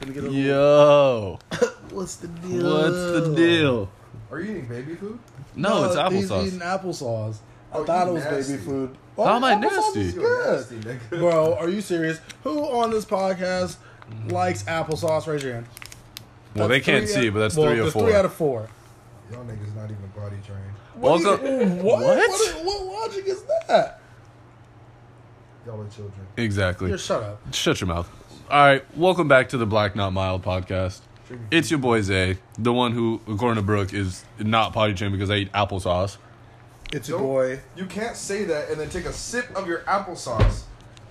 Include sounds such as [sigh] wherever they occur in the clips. Let me get a little- Yo, What's the deal? what's the deal? Are you eating baby food? No, it's he's applesauce. eating applesauce. I Oh, thought it you was nasty. baby food. How am I applesauce nasty? is You're good. nasty, nigga. Bro, are you serious? Who on this podcast likes applesauce? Raise your hand. Well, they That's can't three see, out- but that's well, three or there's four. Three out of four. Y'all niggas not even body trained. What? do you- Welcome. what? What? What, what logic is that? Y'all are children. Exactly. Here, shut up. Shut your mouth. All right, welcome back to the Black Not Mild podcast. It's your boy Zay, the one who, according to Brooke, is not potty trained because I eat applesauce. It's your Don't- boy. You can't say that and then take a sip of your applesauce.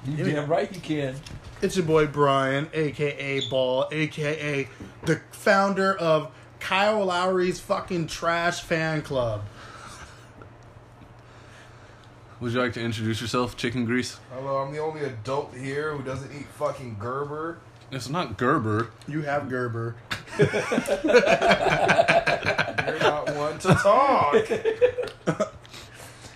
You damn right you can. It's your boy Brian, aka Ball, aka the founder of Kyle Lowry's fucking trash fan club. Would you like to introduce yourself, Chicken Grease? Hello, I'm the only adult here who doesn't eat fucking Gerber. It's not Gerber. You have Gerber. You're [laughs] not one to talk.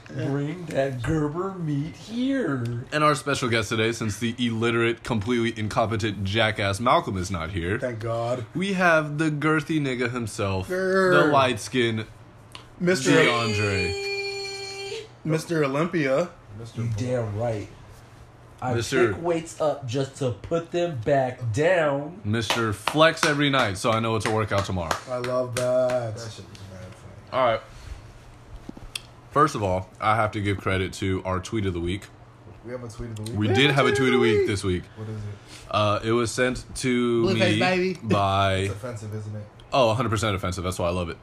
Bring that Gerber meat here. And our special guest today, since the illiterate, completely incompetent jackass Malcolm is not here, Thank God. we have the girthy nigga himself, Grr. the light skinned Mr. DeAndre. Mr. Olympia. Mr. You Bull. damn right. I Mr. pick weights up just to put them back down. Mr. Flex every night, so I know it's a workout tomorrow. I love that. That shit was mad funny. All right. First of all, I have to give credit to our tweet of the week. We have a tweet of the We week. did have a tweet of the week this week. What is it? Uh, it was sent to Blueface, me baby. by [laughs] It's offensive, isn't it? oh 100% offensive. That's why I love it.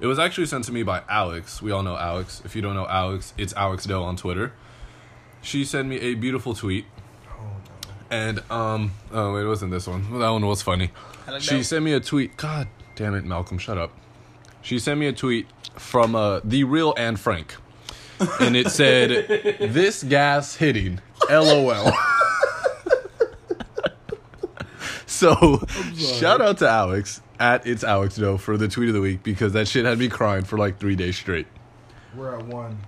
It was actually sent to me by Alex. We all know Alex. If you don't know Alex, it's Alex Doe on Twitter. She sent me a beautiful tweet, Oh no. and um, oh, it wasn't this one. Well, that one was funny. She sent me a tweet. God damn it, Malcolm, shut up. She sent me a tweet from uh, the real Anne Frank, and it said, [laughs] "This gas hitting, LOL." [laughs] so, shout out to Alex at it's Alex Doe for the tweet of the week because that shit had me crying for like three days straight. We're at one.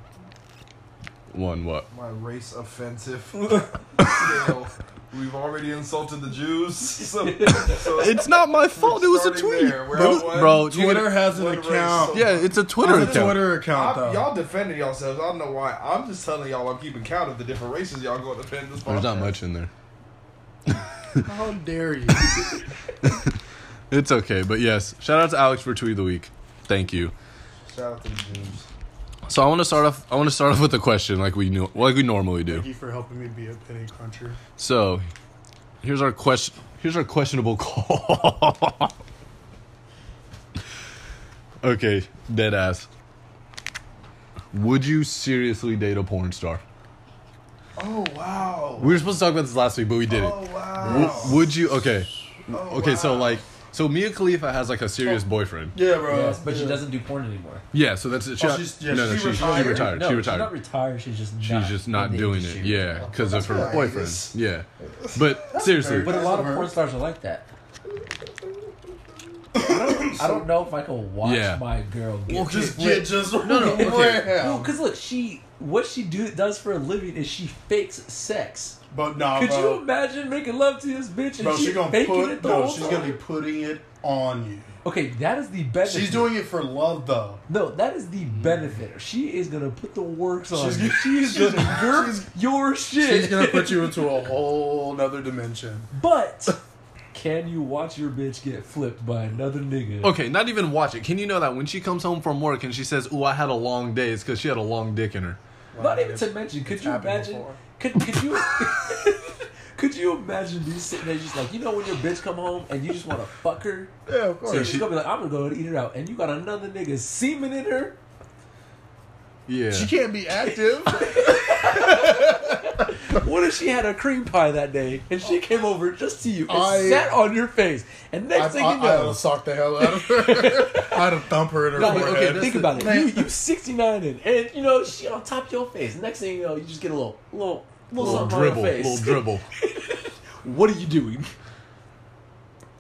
One what? My race offensive [laughs] [laughs] scale. We've already insulted the Jews. [laughs] So, so It's not my fault. It was a starting tweet, there. We're bro. at one. bro, you Twitter can- has an One race. account. yeah, it's a Twitter It's a account. Twitter account, I- though. y'all defending yourselves. I don't know why. I'm just telling y'all I'm keeping count of the different races y'all going to defend this There's not podcast. much in there. How dare you? It's okay, but yes, shout out to Alex for tweet of the week. Thank you. Shout out to the Jews. So I want to start off. I want to start off with a question, like we knew, like we normally do. Thank you for helping me be a penny cruncher. So, here's our question. Here's our questionable [laughs] call. okay, dead ass. Would you seriously date a porn star? Oh wow. We were supposed to talk about this last week, but we didn't. Oh W- wow. would you? Okay, Oh, okay. So wow. like, so Mia Khalifa has like a serious boyfriend. Yeah, bro. yes, but she doesn't do porn anymore. Yeah. So that's she, Oh, she's- yeah, no, no, she she, she retired. retired. She retired. No, she's not retired. She's just She's just not doing it, yeah, because of her That's boyfriend. nice. Yeah, but seriously, But a lot of That's porn her. stars are like that. [coughs] I don't, I don't know if I can watch Yeah. my girl get Well, Just Okay. get just no, [laughs] no, okay. No, because look, she what she do does for a living is she fakes sex. But nah, Could you bro. imagine making love to this bitch and Bro, she's she gonna faking put it the no. whole She's time? gonna be putting it on you. Okay, that is the benefit. She's doing it for love, though. no. That is the benefit. She is gonna put the works on. She's you. gonna- She is she's- gonna girth she's- your shit. She's gonna put you into a whole nother dimension. but can you watch your bitch get flipped by another nigga? okay, not even watch it. Can you know that when she comes home from work and she says, "Ooh, I had a long day," it's because she had a long dick in her. Not even to mention, could you happened imagine? before. Could, could you? [laughs] could you imagine me sitting there just like you know when your bitch come home and you just want to fuck her? Yeah, of So course. she's gonna be like, I'm gonna go and eat her out, and you got another nigga semen in her. Yeah, She can't be active. What if she had a cream pie that day and she came over just to you and I- sat on your face, and I, next thing I, you I would know, have socked the hell out of her. [laughs] I'd have thumped her in her No, but forehead. okay, think the- about it. Man. You you 69 in, and you know she on top of your face. Next thing you know, you just get a little little little, little something dribble, on your face. little dribble. [laughs] what are you doing?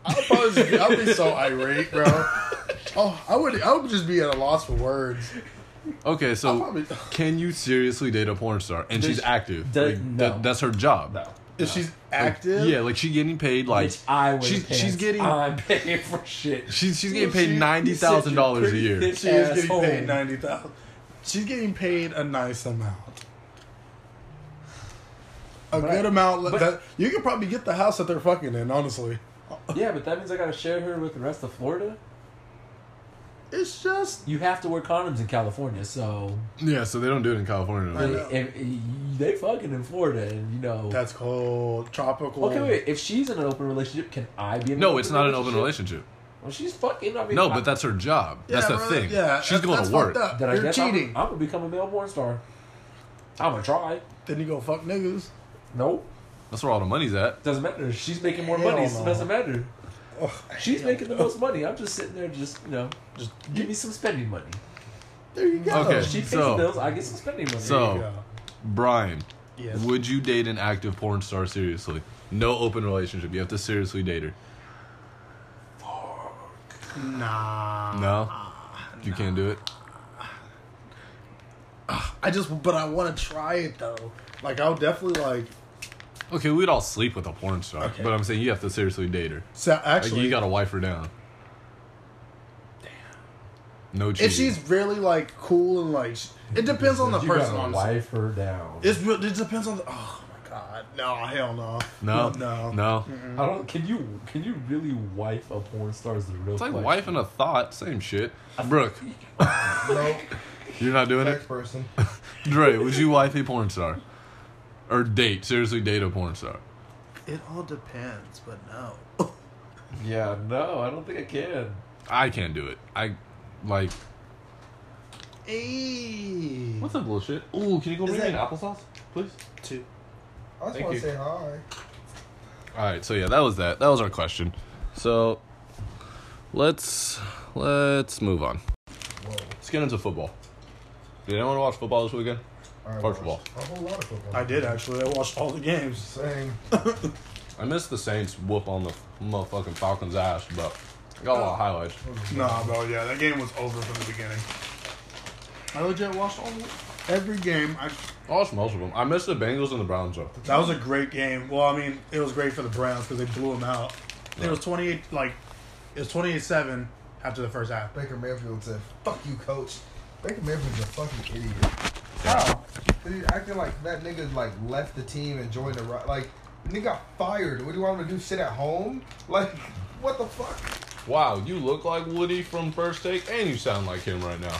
I'd probably just be, I'd be so irate, bro. Oh, I would. I would just be at a loss for words. Okay, so probably- can you seriously date a porn star and Does- she's active? does- Like, no. that, that's her job. No. If she's active, Yeah, like she getting paid like Bitch, I wear she's pants. she's getting I'm paying for shit. she's she's You getting paid said- ninety thousand dollars a you said year. you're she is Asshole. getting paid ninety thousand. She's getting paid a nice amount. A But I- good amount. but- that you could probably get the house that they're fucking in. Honestly, Yeah, but that means I gotta share her with the rest of Florida. it's just You have to wear condoms in California, so Yeah, so they don't do it in California. I Really. know. if, if- they fucking in Florida, and you know. that's cold, tropical. okay, wait. If she's in an open relationship, can I be? in No, it's not an open relationship. Well, she's fucking. I mean, No, I- but that's her job. That's Yeah, the bro, thing. Yeah, she's that- going that's to work. fucked up. Then I You're guess I'm- cheating. I'm, gonna become a male porn star. I'm gonna try. Then you go fuck niggas. Nope. That's where all the money's at. Doesn't matter. She's making more Hell money. so no. It doesn't matter. Oh, She's making the most money. I'm just sitting there, just you know, Just give me some spending money. there you go. Okay. Oh. She pays So- the bills. I get some spending money. So- There you go. Brian, Yes. would you date an active porn star seriously? No open relationship. You have to seriously date her. Nah. No, you can't do it. I just, but I want to try it though. Like I'll definitely like. Okay, we'd all sleep with a porn star, Okay. but I'm saying you have to seriously date her. So Like actually, you gotta wife her down. No cheating. if she's really like cool and like, sh- it depends on the You person. gotta Honestly, wife her down. it's real. It depends on the. Oh my god, no, hell no, no, no, no. I don't. Can you can you really wife a porn star? Is the real It's like question. wife and a thought, same shit. Brooke, Nope. you're not doing it. [laughs] Next person. Dre, would you wife a porn star, or date seriously date a porn star? It all depends, but no. [laughs] Yeah, no, I don't think I can. I can't do it. I like Ayy. what's that bullshit? Ooh, can you go bring Is me that- an applesauce, please? Two. I just Thank want you. to say hi. All right, so yeah, that was that. That was our question. So let's let's move on. Whoa. Let's get into football. Did anyone watch football this weekend? I First of watched A whole lot of football. I did actually. I watched all the games. Same. I missed the Saints whoop on the motherfucking Falcons ass, but I got a lot of highlights. Nah, bro. Yeah, that game was over from the beginning. I legit watched all every game. I, I watched most of them. I missed the Bengals and the Browns though. that was a great game. Well, I mean, it was great for the Browns because they blew them out. It was twenty eight, like it was twenty eight seven after the first half. Baker Mayfield said, "Fuck you, coach." Baker Mayfield's a fucking idiot. How? Dude, acting like that nigga like left the team and joined the ri- like nigga got fired. What do you want him to do? Sit at home? Like what the fuck? Wow, you look like Woody from First Take, and you sound like him right now.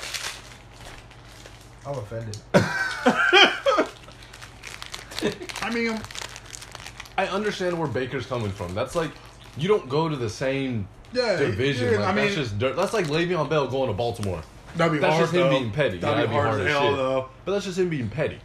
I'm offended. I mean, I understand where Baker's coming from. That's like you don't go to the same Yeah, division. yeah, like, I mean- that's just dirt. That's like Le'Veon Bell going to Baltimore. that'd be That's hard just him though. being petty. That'd Yeah, be hard as hell shit. though. But that's just him being petty.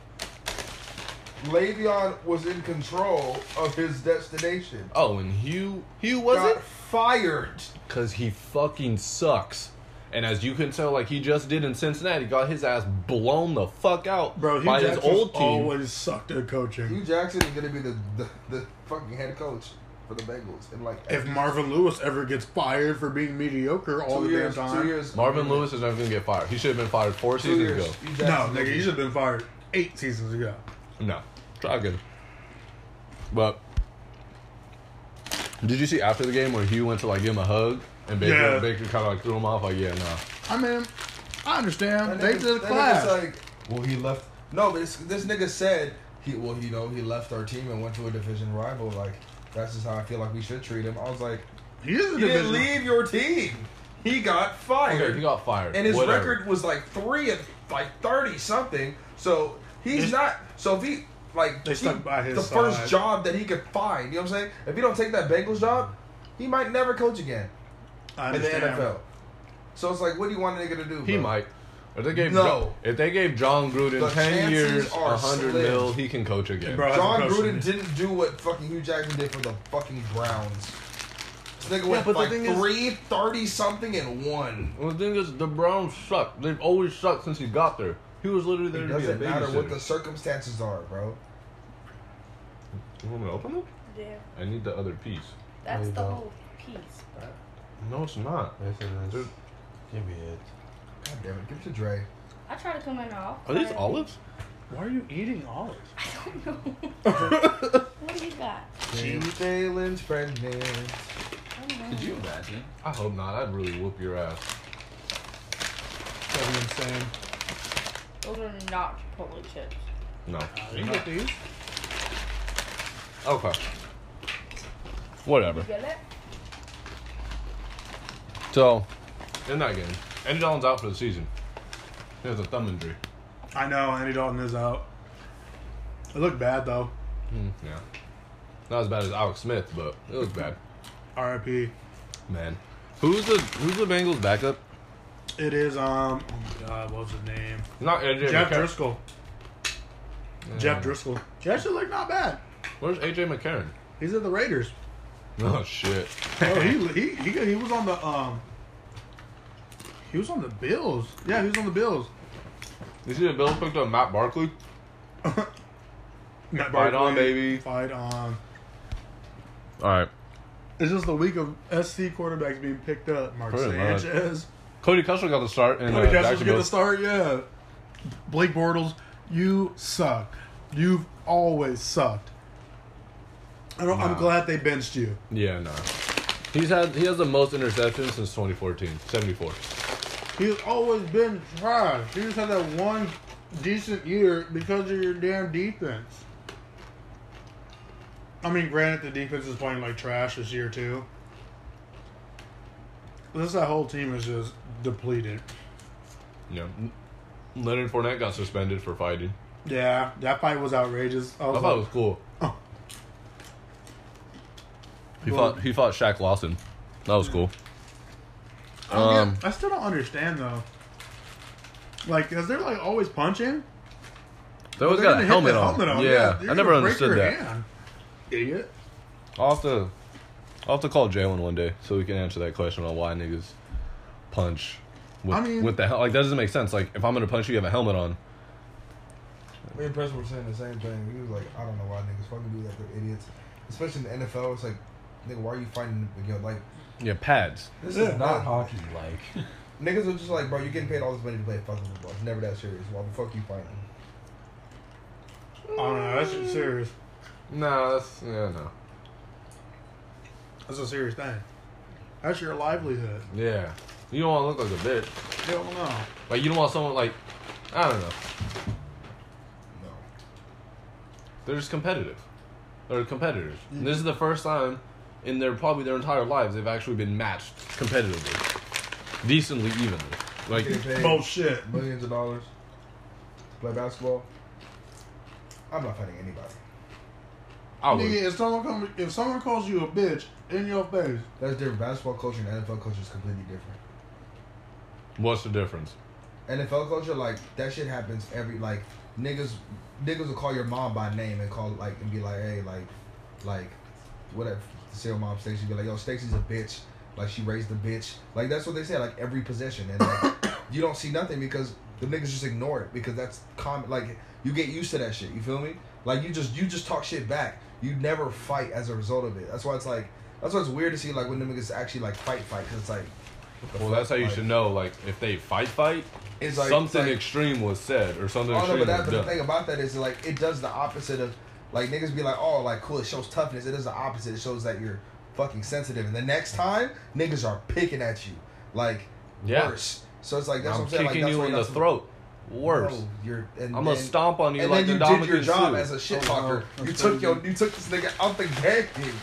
Le'Veon was in control of his destination. Oh, and Hugh Hugh was got it? fired. Cause he fucking sucks. And as you can tell, like he just did in Cincinnati, got his ass blown the fuck out Bro, Hugh by his Jackson's old team. always sucked at Hugh coaching. Jackson is gonna be the, the, the fucking head coach for the Bengals in like If Marvin Lewis ever gets fired for being mediocre all two the years. damn time, Two years. Marvin Lewis is never gonna get fired. He should have been fired four Two seasons years. ago. Hugh no, Jackson- nigga, you should have been fired eight seasons ago. No, try again. But did you see after the game where Hugh went to like give him a hug and Baker Yeah. Baker kind of like threw him off like yeah no I mean, I understand. That They nigga- did a that class. nigga's like, well, he left. No, but this, this nigga said he. Well, you know, he left our team and went to a division rival. Like that's just how I feel like we should treat him. I was like, he is a he division. didn't leave your team. He got fired, okay he got fired and his Whatever. record was like three and like thirty something. So he's They- not. So if he like They he- stuck by his the side. first job that he could find, you know what I'm saying? If he don't take that Bengals job, he might never coach again I in the understand. NFL. So it's like, what do you want a nigga to do? he bro? might if they gave No. John, if they gave John Gruden The ten chances years are hundred slim. mil he can coach again Bro, John That's a question. Gruden didn't do what fucking Hugh Jackson did for the fucking Browns. This nigga went but the like thing is- three thirty something and one. Well, the thing is the Browns suck they've always sucked since he got there he was literally there It to be a doesn't matter what the babysitter. circumstances are, bro. You want me to open it? Yeah, I need the other piece. that's you the don't. whole piece, bro. No, it's not. Yes, it is. Dude. Give me it. God damn it, give it to Dre. I try to come in off. [laughs] Are these but olives? Why are you eating olives? I don't know. what do you got? Jim Phelan's friend name. I don't know. Could you imagine? I hope not. I'd really whoop your ass. That'd be insane. Those are not Chipotle chips. No. You get these? Okay. Whatever. You get it? So, in that game, Eddie Dalton's out for the season. He has a thumb injury. I know Andy Dalton is out. It looked bad though. Mm, Yeah. Not as bad as Alex Smith, but it was bad. R.I.P. Man. Who's the Who's the Bengals backup? It is um. Oh my God, what was his name? Not AJ Jeff McCarron. Driscoll. Mm. Jeff Driscoll. He actually looked not bad. Where's AJ McCarron? [laughs] He's at the Raiders. Oh shit. Oh, [laughs] he, he he he was on the um. He was on the Bills. Yeah, he was on the Bills. [laughs] You see the Bills picked up Matt Barkley? Matt Fight Barkley, on, baby. Fight on. All right. It's just the week of SC quarterbacks being picked up. Mark Pretty much. Sanchez. Cody Kessler got the start and Cody uh, Kessler get Jacksonville. the start. Yeah. Blake Bortles, you suck. You've always sucked. I don't, I'm Nah. glad they benched you. Yeah, no. He's had he has the most interceptions since 2014, 74. He's always been trash. He just had that one decent year because of your damn defense. I mean, granted, the defense is playing like trash this year too. This that whole team is just depleted. Yeah. Leonard Fournette got suspended for fighting. Yeah, that fight was outrageous. I I was thought like, it was cool. Oh. He fought he fought Shaq Lawson. That was cool. I, don't um, get- I still don't understand though. Like, is there like always punching? They always They're got gonna a hit helmet the on. Yeah, Yeah, you're I never gonna break your understood that. hand. Idiot. I'll have to, I'll have to call Jalen one day so we can answer that question on why niggas punch with I mean- with the hel- like that doesn't make sense. Like if I'm gonna punch you, you have a helmet on. Me and Press were saying the same thing. He was like, I don't know why niggas fucking do that. They're idiots. Especially in the NFL, it's like, nigga, why are you fighting? You know, like, Yeah, pads. this Yeah. Not hockey, like. Niggas are just like, bro, you're getting paid all this money to play fucking football. It's never that serious. Why the fuck you fighting? I don't know. That's just serious. No, that's yeah, no. That's a serious thing. That's your livelihood. Yeah, you don't want to look like a bitch. Hell no. Like you don't want someone like, I don't know. No. They're just competitive. They're competitors. And This is the first time in their probably their entire lives they've actually been matched competitively, decently, evenly. Like Getting paid Bullshit. millions of dollars to play basketball. I'm not fighting anybody. I would. Nigga, if someone come, if someone calls you a bitch in your face, That's different. Basketball culture and NFL culture is completely different. What's the difference? NFL culture, like that shit happens every like niggas niggas will call your mom by name and call like and be like, hey, like like whatever say your mom Stacey be like, yo, Stacey's a bitch. Like she raised a bitch. Like that's what they say, like every possession. And like [coughs] you don't see nothing because the niggas just ignore it because that's common like you get used to that shit, you feel me? Like you just you just talk shit back. You never fight as a result of it. That's why it's like that's why it's weird to see like when them niggas actually like fight fight because it's like what the Well, fuck? that's how you Like, should know. Like, if they fight, fight, It's like- something it's like- extreme was said or something Oh no, extreme but that's was the done. thing about that is like it does the opposite of like niggas be like, oh, like cool, it shows toughness. It is the opposite. It shows that you're fucking sensitive, and the next time niggas are picking at you like Yeah. worse. So it's like that's I'm what I'm saying. kicking like, that's you why in you're the not- throat. Worse. Bro, you're, Oh, and I'm gonna then- stomp on you And like then the you did Dominican your job Sue. as a shit Oh, talker. wow. That's You took your, crazy. you took this nigga out the game.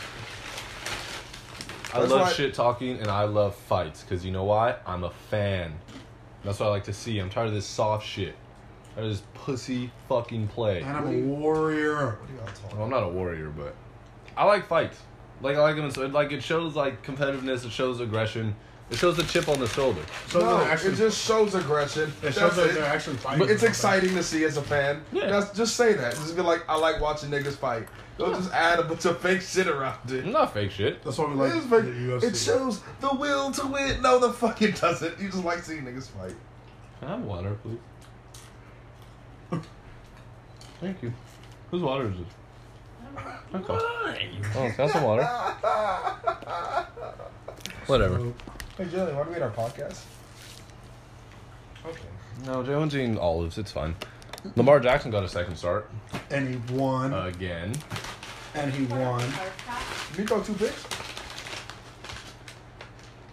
I That's love why- shit talking and I love fights because you know why? I'm a fan. That's what I like to see. I'm tired of this soft shit. Tired of this pussy fucking play. and I'm a warrior. What are y'all talking? Well, I'm not a warrior, but I like fights. Like I like them. So like it shows like competitiveness. It shows aggression. It shows the chip on the shoulder. So no, they're actually, it just shows aggression. it That's shows that it. they're actually fighting. But it's something. exciting to see as a fan. Yeah. That's, just say that. Just be like, I like watching niggas fight. Don't just add a bunch of fake shit around it. It's not fake shit. That's why we Hmm? It like is the fake. UFC. it shows the will to win. No, the fuck it doesn't. You just like seeing niggas fight. Can I have water, please? Thank you. Whose water is it? Okay. Oh, that's some water. Whatever. Hey, Jillian, why do we in our podcast? Okay. No, Jalen's eating olives. It's fine. Lamar Jackson got a second start and he won. again. and he won. You throw two picks?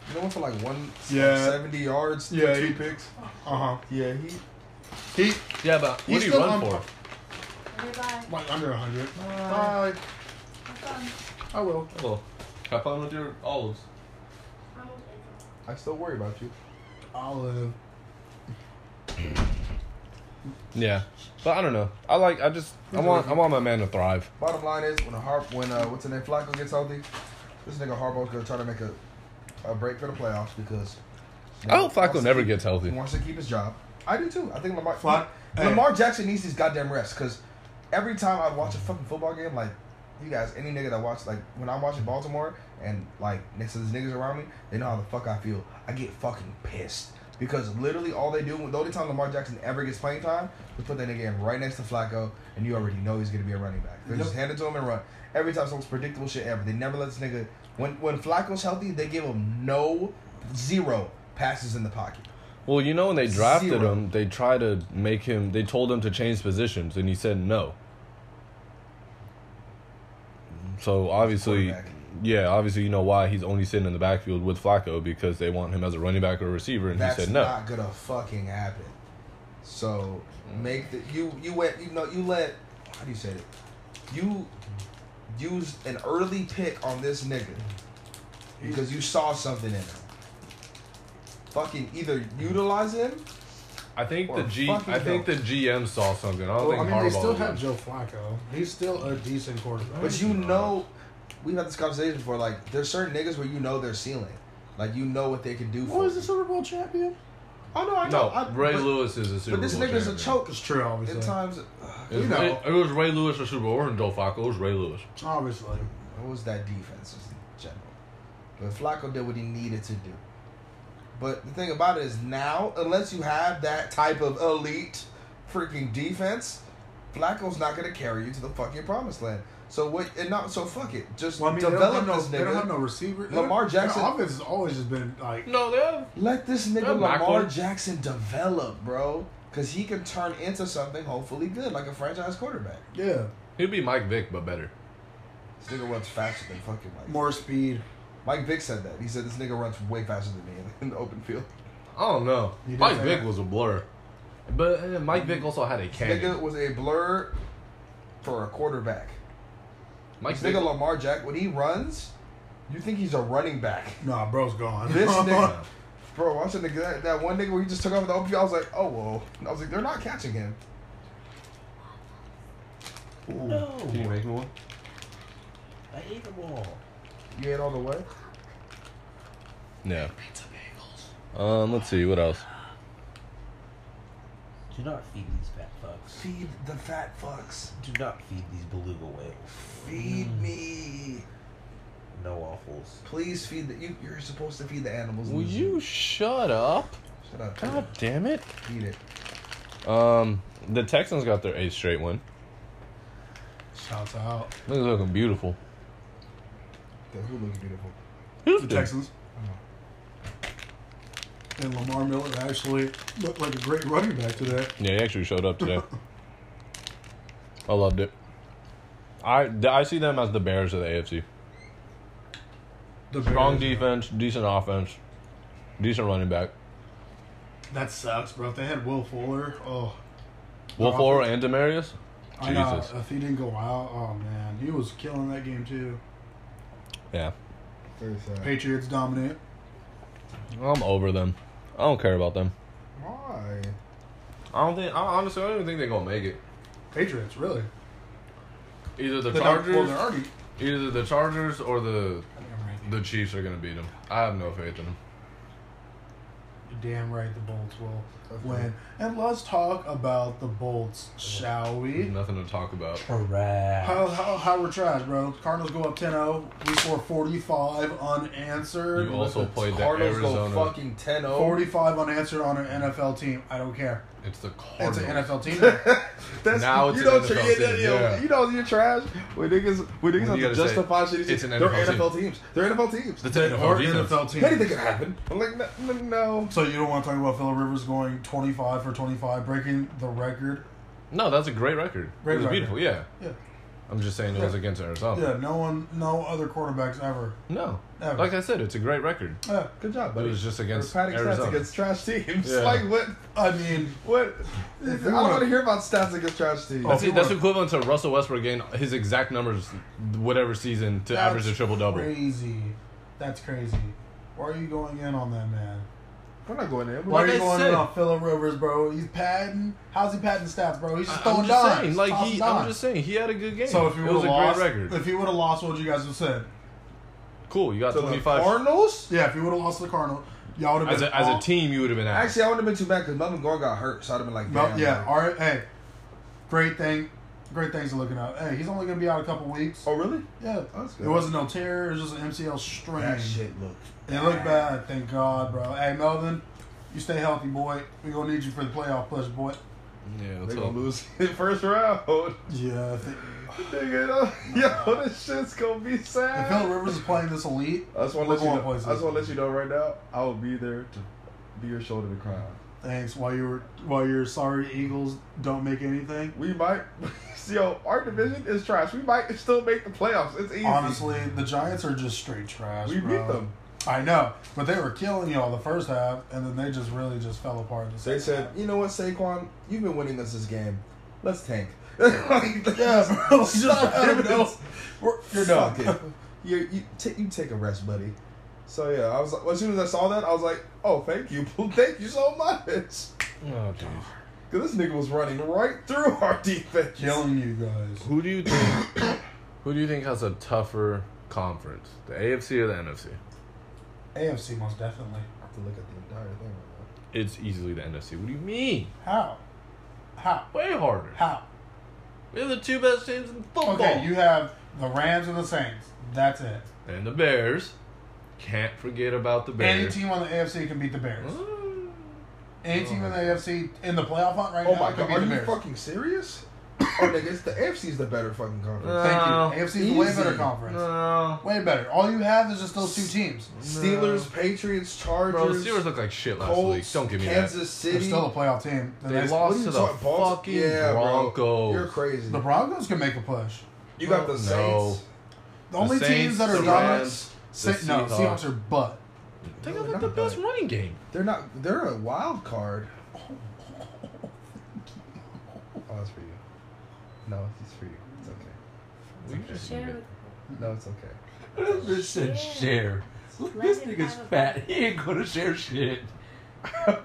You know, one for like one Yeah. seventy yards. Yeah, two he- picks. uh-huh. Uh huh. Yeah, he. He Yeah, but what He's do you still run on for? par. went under 100. Uh, Bye. I will. Hello. Have fun with your olives. I still worry about you. Olive. Yeah, but I don't know. I like. I just. I want. I want my man to thrive. Bottom line is, when a harp, when uh, what's the name, Flacco gets healthy, this nigga Harbaugh's gonna try to make a, a break for the playoffs because. I hope Flacco wants- never gets He healthy. wants to keep his job. I do too. I think Lamar. Flac- hey. Lamar Jackson needs these goddamn rest because every time I watch a fucking football game, like you guys, any nigga that watch, like when I'm watching Baltimore and like next to these niggas around me, they know how the fuck I feel. I get fucking pissed because literally all they do, the only time Lamar Jackson ever gets playing time, is put that nigga in right next to Flacco, and you already know he's gonna be a running back. They just hand it to him and run. Every time, some predictable shit ever. They never let this nigga. When when Flacco's healthy, they give him no zero passes in the pocket. Well, you know when they drafted Zero. him, they tried to make him. They told him to change positions, and he said no. So obviously, Quarterback. yeah, obviously you know why he's only sitting in the backfield with Flacco because they want him as a running back or receiver, and That's he said no. not gonna fucking happen. So make the you you went you know you let how do you say it? You used an early pick on this nigga because you saw something in him. Fucking either utilize him. I think Or the G. fucking I think the don't. GM saw something. I don't Well, I think mean, they Harbaugh still was have in. Joe Flacco. He's still a decent quarterback. But you know, we've had this conversation before. Like, there's certain niggas where you know their ceiling. Like, you know what they can do. What for is the you. Super Bowl champion? Oh no, I know. No, I, Ray but, Lewis is a Super But this Bowl nigga's a champion. choke. Oh, It's true, obviously. At times, It was, you know, Ray, it was Ray Lewis or Super Bowl. It wasn't Joe Flacco. It was Ray Lewis. Obviously. What was that defense in general? But Flacco did what he needed to do. But the thing about it is now, unless you have that type of elite freaking defense, Flacco's not gonna carry you to the fucking promised land. So what? And not so fuck it. Just Well, I mean, develop they, don't this have no, they don't nigga. have no receiver. Lamar Jackson- Their offense has always just been like. No, they have. Let this nigga They'll knock Lamar one. Jackson develop, bro, because he can turn into something hopefully good, like a franchise quarterback. Yeah. He'd be Mike Vick, but better. This nigga runs faster than fucking Mike. More speed. Mike Vick said that. He said this nigga runs way faster than me in the open field. I don't know. You did Mike say Vick that. was a blur, but uh, Mike Vick also had a Nigga cannon. was a blur for a quarterback. Mike This Vick, nigga Lamar Jack, when he runs, you think he's a running back. Nah, bro's gone. [laughs] This nigga, bro, watching nigga that, that one nigga where he just took off the OP, I was like, oh whoa. I was like, they're not catching him. can you make me one? I hate them all. You ain't all the way. Yeah. Um, let's see what else. Do not feed these fat fucks. Feed the fat fucks. Mm. Do not feed these beluga whales. Feed me. No waffles. Please feed the. You, you're supposed to feed the animals. in Will the zoo. you shut up? Shut up. God damn it. Feed it. Um, the Texans got their eighth straight win. Shouts out. This is looking beautiful. The who looks beautiful. The Texans. And Lamar Miller actually looked like a great running back today. Yeah, he actually showed up [laughs] today. I loved it. I I see them as the Bears of the AFC. The Strong Bears, defense, decent offense, decent running back. That sucks, bro. If they had Will Fuller, oh. Will Their Fuller and Demarius. I know. Jesus. If he didn't go out, oh man, he was killing that game too. Yeah, Very sad. Patriots dominate. I'm over them. I don't care about them. Why? I don't think. I honestly I don't even think they're gonna make it. Patriots, really? Either the They don't- Well, Chargers, they're already. either the Chargers or the the Chiefs are gonna beat them. I have no faith in them. You're Damn right, the Bolts will win. And let's talk about the Bolts, shall There's we? nothing to talk about. Correct. How, how, how we're trash, bro. Cardinals go up 10 0. We score 45 unanswered. You also played the Cardinals go Arizona. fucking oh. 10 Oh. [laughs] 0. 45 unanswered on an NFL team. I don't care. It's the It's Cardinals. an NFL [laughs] team. now. That's, Now it's you an know, NFL you, know, team, you know- yeah. you know you're trash. When niggas, when niggas When have you to gotta say, justify shit, "It's an they're NFL team." NFL teams. They're NFL teams. That's They an are NFL defense. NFL team. Anything could happen. I'm like, no, no, no. So you don't want to talk about Phillip Rivers going 25 for 25, breaking the record? No, that's a great record. Great it was record. beautiful. Yeah. Yeah. I'm just saying it was against Arizona. Yeah, no one, no other quarterbacks ever. No. Ever. Like I said, it's a great record. Yeah, good job, But it buddy. was just against Patting stats Arizona. against trash teams. Yeah. Like what? I mean, What? I If don't you want wanna- to hear about stats against trash teams. That's, if you that's wanna- equivalent to Russell Westbrook getting his exact numbers, whatever season, to average a that's triple double. Crazy. That's crazy. Why are you going in on that man? We're not going there. Why Like are I you going said. in on Phillip Rivers, bro? He's padding. How's he padding stats, bro? He's just throwing I'm just dimes. saying, like Tossing he, I'm dimes. just saying, he had a good game. So if you it would was have a lost, great [laughs] record. if you would have lost, what would you guys have said? cool, you got To the 25. Cardinals? Yeah, if you would have lost to the Cardinal, y'all would have As been a, as all- a team, you would have been out. Actually, I wouldn't have been too bad because Melvin Gordon got hurt, so I'd have been like, No, damn. yeah. like- All right. Hey, great thing. Great things are looking up. Hey, he's only gonna be out a couple weeks. Oh, really? Yeah, That's good. it wasn't no tear. It was just an MCL strain. That shit looked. It looked bad. Thank God, bro. Hey, Melvin, you stay healthy, boy. We gonna need you for the playoff push, boy. yeah, They're that's going all. to lose [laughs] in first round. Yeah. I think- Nigga, [laughs] yo, this shit's going to be If sad. Phil Rivers is playing this elite, I just want to We're let you going know. I places. just want to let you know right now. I will be there to be your shoulder to cry on. thanks. While you're while your sorry Eagles don't make anything, We might, [laughs] yo, our division is trash. We might still make the playoffs. It's easy. honestly, the Giants are just straight trash. we bro. beat them. I know, but they were killing y'all the first half, and then they just really just fell apart. in The They second said, half. you know what, Saquon, you've been winning us this game. Let's tank. [laughs] Yeah, bro. Just out of nowhere. We're- You're Fuck done. [laughs] You you take you take a rest, buddy. So yeah, I was like, as soon as I saw that, I was like, oh, thank you, [laughs] thank you so much. Cause Oh, jeez. this nigga was running right through [laughs] our defense. killing you guys. Who do you think? [coughs] who do you think has a tougher conference, the AFC or the NFC? AFC most definitely. I have to look at the entire thing. Right It's easily the NFC. What do you mean? How? How? Way harder. How? They're the two best teams in football. Okay, you have the Rams and the Saints. That's it. and the Bears. Can't forget about the Any Bears. team on the AFC can beat the Bears. Mm. Any team in the AFC in the playoff hunt right now. Oh now my can god, beat are the you Bears. fucking serious? oh nigga, it's the AFC's the better fucking conference. Uh, Thank No. you. AFC is a way Easy. better conference. No. Way better. All you have is just those two teams. Steelers, Patriots, Chargers, Bro, the Steelers look like shit last Colts, week. Don't give me Kansas They're City. still a playoff team. The, that. They next- What are lost you to the talking- Baltimore- fucking yeah, bro. Broncos. You're crazy. the Broncos can make a push. You got the No. Saints. The only Saints, teams that the are Rams, dominant. Sa- the no, Seahawks. Seahawks are butt. They No, got they're like the not best bad. running game. They're not. They're a wild card. Oh, that's for you. No, it's for you. It's okay. We just Share with No, it's okay. This said share. This nigga's fat. He ain't gonna share shit.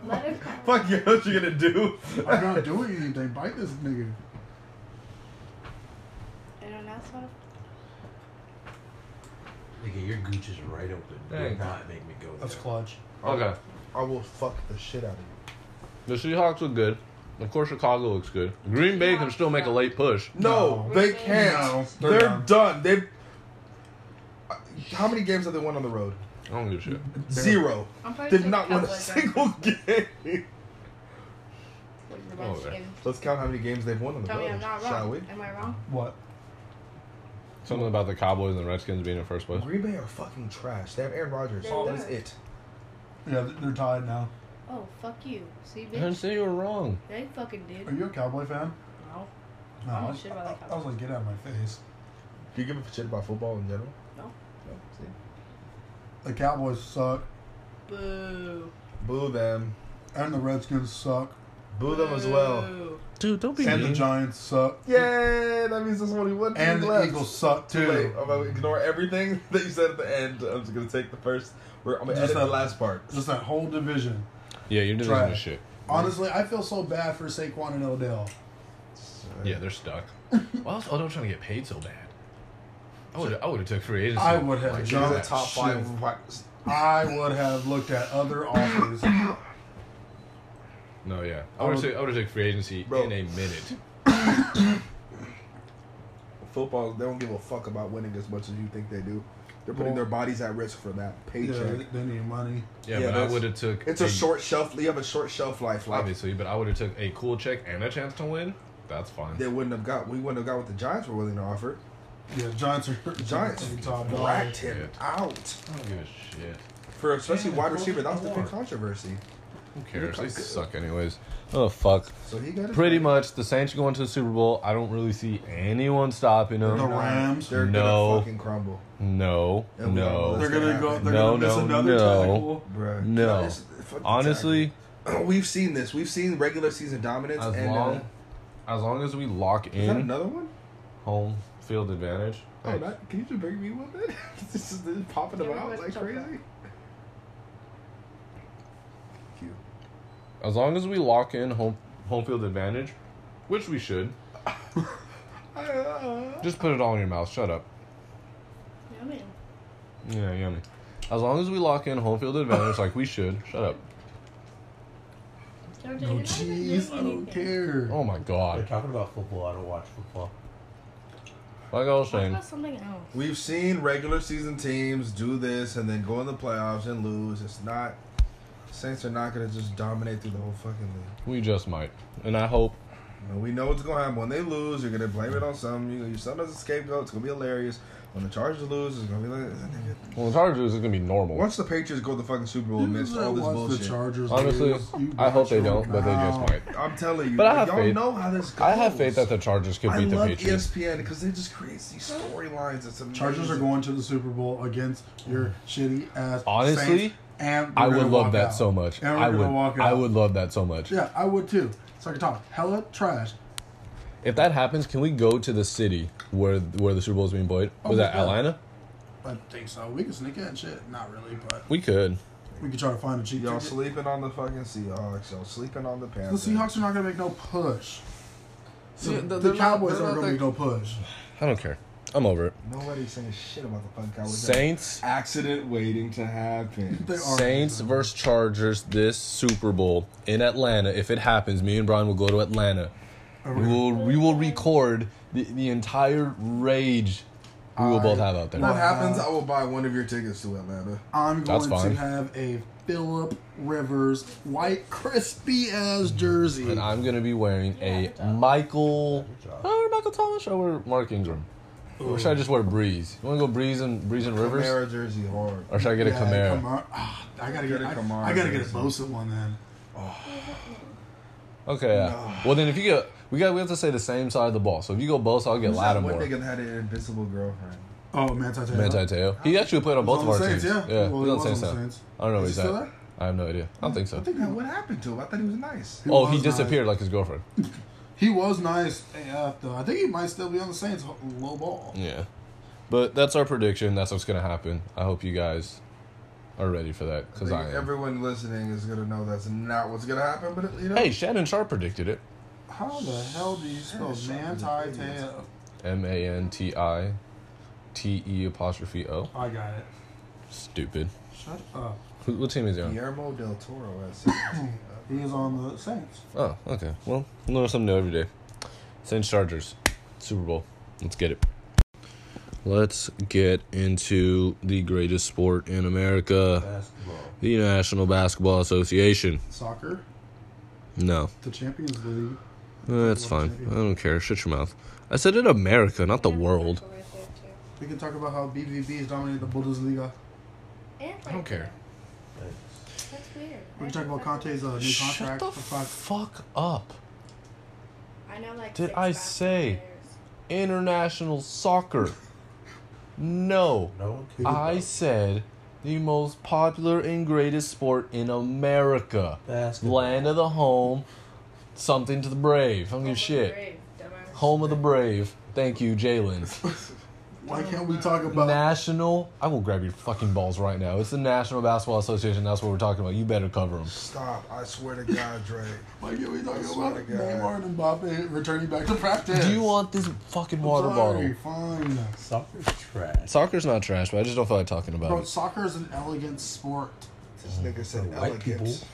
Let it go. Fuck you. [laughs] What you gonna do? I'm not doing anything. Bite this nigga. And announce one of Nigga, your gooch is right open. Do Thanks. not make me go That's there. clutch. Okay. I will fuck the shit out of The you. Seahawks look good. Of course, Chicago looks good. Green Bay can still make a late push. No, No. they can't. No, they're they're done. done. They've. Uh, How many games have they won on the road? I don't give a shit. Zero. I'm probably They've not won a single game. Oh, okay. Let's count how many games they've won on the Tell me road. I'm not wrong. Shall we? Am I wrong? What? Something about the Cowboys and the Redskins being in first place. Green Bay are fucking trash. They have Aaron Rodgers. They're That's good. it. Yeah, th- they're tied now. Oh, fuck you. See, I didn't bitch? say you were wrong. They fucking Are did. you a Cowboy fan? No. No. I I, don't shit about the I- I was like, get out of my face. Do you give a shit about football in general? No. No. See? The Cowboys suck, Boo. Boo them. and the Redskins suck, Boo them as well. Boo. Dude, don't be and the Giants suck, Yay! That means there's only one team and the left. Eagles suck Too late. too. I'm gonna ignore everything [laughs] that you said at the end. I'm just gonna take the first. We're, I'm gonna Just edit the that- last part. Just that whole division. Yeah, you're doing Trash. this shit. Honestly, I feel so bad for Saquon and Odell. uh, Yeah, they're stuck. Why was Odell trying to get paid so bad? I would I would have took free agency. I would have Like, jumped. yeah. the top Shit. five. wi- I would have looked at [coughs] other offers. No, yeah, I would have took, I would have took free agency Bro. in a minute. Football. They don't give a fuck about winning as much as you think they do. They're putting their bodies at risk for that yeah, paycheck. they need money. Yeah, Yeah, but I that's- would have took. It's a short shelf. You have a short shelf life. Like obviously, but I would have took a cool check and a chance to win. That's fine. they wouldn't have got. We wouldn't have got what the Giants were willing to offer. Yeah, Giants are Giants are top dog. racked him Yeah. out I don't give a shit. for especially Yeah, wide well, receiver. That was the more. big controversy. Who cares? They suck anyways. Oh fuck. So he got his Pretty ring. much the Saints are going to the Super Bowl. I don't really see anyone stopping The them. Rams. They're No. gonna fucking crumble, No, They'll be on the They're no, list. gonna go. They're No, gonna miss no, another no. tackle. bro. No. Honestly, [clears throat] we've seen this. We've seen regular season dominance. as and, long uh, as long as we lock is that in another one? home field advantage. Oh, that, can you just bring me one then? [laughs] this is this is popping them out Everyone's like talking crazy. Q. As long as we lock in home home field advantage, which we should, Uh, just put it all in your mouth. Shut up. Yummy. Yeah, yummy. As long as we lock in home field advantage, like we should. Shut up. Georgia, No you're not even cheese. I doing don't anything. care. Oh my They're god. talking about football. I don't watch football. Like I was Talk saying, about something else. We've seen regular season teams do this and then go in the playoffs and lose. It's not. Saints are not gonna just dominate through the whole fucking league. we just might, and I hope. You know, we know what's gonna happen when they lose. You're gonna blame it on some. You, you some as a scapegoat. It's gonna be hilarious. When the Chargers lose, it's gonna be like. nigga. Well, the Chargers is gonna be normal. Once the Patriots go to the fucking Super Bowl You amidst better all this watch bullshit, The Chargers Honestly, lose. You I hope they watch don't, them but they just now. might. I'm telling you, But I have y'all faith. know how this goes. I have faith that the Chargers could I beat the love E Patriots. ESPN because they just create these storylines. It's amazing. Chargers are going to the Super Bowl against your shitty ass. Honestly, Saints, and we're I would gonna love walk that out. so much. And we're I gonna would. Walk out. I would love that so much. Yeah, I would too. It's like a talk. Hella trash. If that happens, can we go to the city where where the Super Bowl is being played? Oh, Was we that could. Atlanta? I think so. We can sneak in shit. Not really, but We could. we could try to find a cheap Y'all ticket. sleeping on the fucking Seahawks. Y'all sleeping on the the Panthers. Seahawks are not going to make no push. The, Yeah, they're the not- Cowboys they're aren't not going to make no push. I don't care. I'm over it. Nobody's saying shit about the fucking Cowboys. Saints. accident waiting to happen. They are Saints versus Chargers this Super Bowl in Atlanta. If it happens, me and Brian will go to Atlanta. We will we will record the, the entire rage we will both have out there. If that Well, happens, I will buy one of your tickets to Atlanta. I'm That's going fine. to have a Philip Rivers white crispy ass jersey. And I'm gonna be wearing a Yeah. Michael or Michael Thomas or Mark Ingram. Or should I just wear Breeze? You wanna go Breeze and Breeze and Rivers? Camaro jersey hard. Or should I get a Yeah, Camaro? Kamara- ah, I gotta get. Get a I, Kamara I gotta get a jersey. Bosa one then. Okay, yeah. Well then if you get we got we have to say the same side of the ball. So if you go both, I'll get Who's that one Lattimore. nigga that had an invincible girlfriend? Oh, Manti Te'o. Manti Te'o. He actually played on both on of our the Saints, teams. yeah. Well, he's he on the was Saints on the now. Saints. I don't know where he's Is he at. still there? I have no idea. I don't think so. Yeah, what happened to him? I thought he was nice. He oh, he was disappeared like his girlfriend. nice. He was nice AF though. I think he might still be on the Saints ho- low ball. Yeah. But that's our prediction. That's what's going to happen. I hope you guys are ready for that because Like, I am. everyone listening is gonna know that's not what's gonna happen. But you know, hey, Shannon Sharp predicted it. How the hell do you spell Shit, Manti Sharp is an idiot. Te'o? M A N T I T E apostrophe O. I got it. Stupid. Shut up. Who, what team is he on? Guillermo del Toro has. said- He is on the Saints. Oh, okay. Well, learn something new every day. Saints Chargers, Super Bowl. Let's get it. Let's get into the greatest sport in America, Basketball. the National Basketball Association. Soccer, No. the Champions League. Uh, That's fine. I don't care. Shut your mouth. I said in America, not the Yeah, world. Right there, too. We can talk about how BVB has dominated the Bundesliga. And I don't care. Thanks. That's weird. We I can talk about fucking- Conte's uh, new Shut contract the for five. fuck up. I know, like, Did six I basketball say- players. International soccer. No. No one cares. I said the most popular and greatest sport in America. Basketball. Land of the home, something to the brave. I don't Home give a of the shit. brave, dumbass. Home of the brave. Thank you, Jalen. Why can't we talk about? National. I will grab your fucking balls right now. It's the National Basketball Association. That's what we're talking about. You better cover them. Stop! I swear to God, Dre. Why can't we talk I swear about to God. Neymar and Mbappe returning back to practice? Do you want this fucking water Sorry, bottle? Fine. Soccer's trash. Soccer's not trash, but I just don't feel like talking Bro, about it. soccer is an elegant sport. This nigga said White people. elegance.